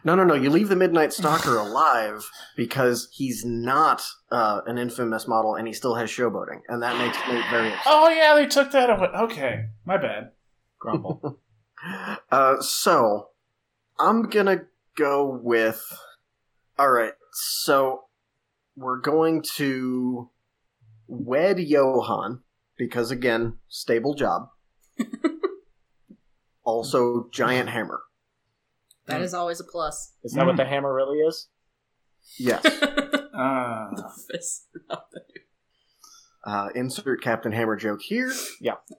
[SPEAKER 3] no, no, no. You leave the Midnight Stalker alive because he's not uh, an infamous model, and he still has showboating, and that makes Nate very. upset.
[SPEAKER 2] Oh yeah, they took that away. Okay, my bad.
[SPEAKER 5] grumble.
[SPEAKER 3] Uh, so, I'm gonna go with. All right, so we're going to wed Johan because again, stable job. also, giant hammer.
[SPEAKER 4] That is always a plus.
[SPEAKER 5] Is that what the hammer really is?
[SPEAKER 3] Yes.
[SPEAKER 2] Uh,
[SPEAKER 4] Fist.
[SPEAKER 3] Uh, insert Captain Hammer joke here.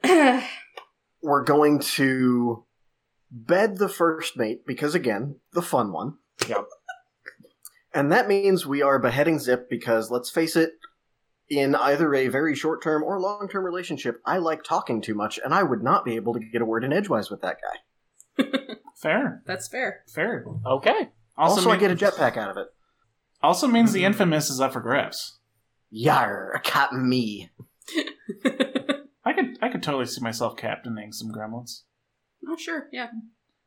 [SPEAKER 4] That's
[SPEAKER 3] We're going to bed the first mate because again, the fun one.
[SPEAKER 5] Yep.
[SPEAKER 3] And that means we are beheading Zip because let's face it, in either a very short term or long term relationship, I like talking too much and I would not be able to get a word in edgewise with that guy.
[SPEAKER 2] fair,
[SPEAKER 4] fair.
[SPEAKER 2] fair.
[SPEAKER 5] Okay.
[SPEAKER 3] Also, I
[SPEAKER 2] mean-
[SPEAKER 3] get a jetpack out of it.
[SPEAKER 2] Also means the infamous is up for grabs.
[SPEAKER 3] Yar, cat me.
[SPEAKER 2] I could I could totally see myself captaining some gremlins,
[SPEAKER 6] oh sure, yeah.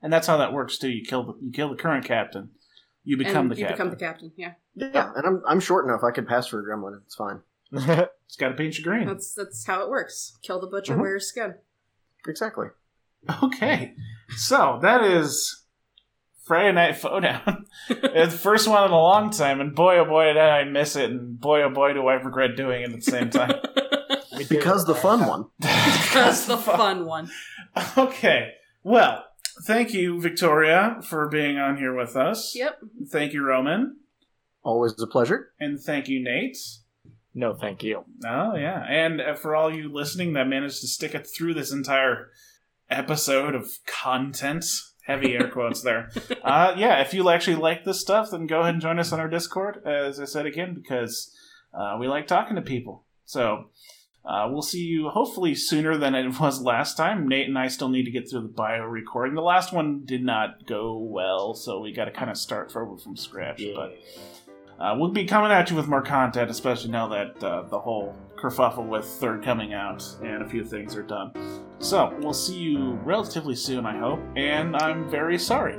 [SPEAKER 2] and that's how that works too. You kill the you kill the current captain, you become
[SPEAKER 6] and
[SPEAKER 2] the
[SPEAKER 6] you
[SPEAKER 2] captain.
[SPEAKER 6] become the captain. Yeah,
[SPEAKER 3] Yeah, and I'm, I'm short enough I could pass for a gremlin. It's fine.
[SPEAKER 2] it's got to paint you green.
[SPEAKER 6] that's that's how it works. Kill the butcher,
[SPEAKER 2] Mhm.
[SPEAKER 6] wear his skin.
[SPEAKER 3] Exactly.
[SPEAKER 2] Okay, so that is Friday Night Down. it's the first one in a long time, and boy oh boy did I miss it, and boy oh boy do I regret doing it at the same time.
[SPEAKER 5] We did
[SPEAKER 3] Because
[SPEAKER 5] it.
[SPEAKER 3] the fun one.
[SPEAKER 4] That's the fun one.
[SPEAKER 2] Okay, well, thank you Victoria for being on here with us.
[SPEAKER 6] Yep.
[SPEAKER 2] Thank you Roman,
[SPEAKER 3] Always a pleasure.
[SPEAKER 2] and thank you Nate.
[SPEAKER 5] No, thank you.
[SPEAKER 2] Oh yeah, and uh, for all you listening that managed to stick it through this entire episode of content, heavy air quotes there. Uh, yeah, if you actually like this stuff, then go ahead and join us on our Discord. As I said again, because uh, we like talking to people. So uh, we'll see you hopefully sooner than it was last time. Nate and I still need to get through the bio recording. The last one did not go well, so we got to kind of start over from scratch. But uh, we'll be coming at you with more content, especially now that uh, the whole kerfuffle with Third coming out and a few things are done. So we'll see you relatively soon, I hope. And I'm very sorry.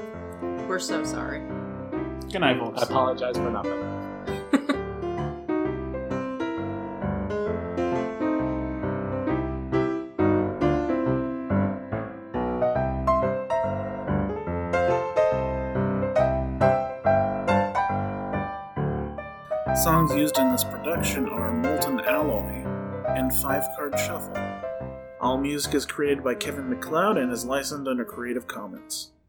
[SPEAKER 4] We're so sorry.
[SPEAKER 2] Good night,
[SPEAKER 5] I
[SPEAKER 2] folks.
[SPEAKER 5] apologize for nothing.
[SPEAKER 2] Songs used in this production are Molten Alloy and Five Card Shuffle. All music is created by Kevin McLeod and is licensed under Creative Commons.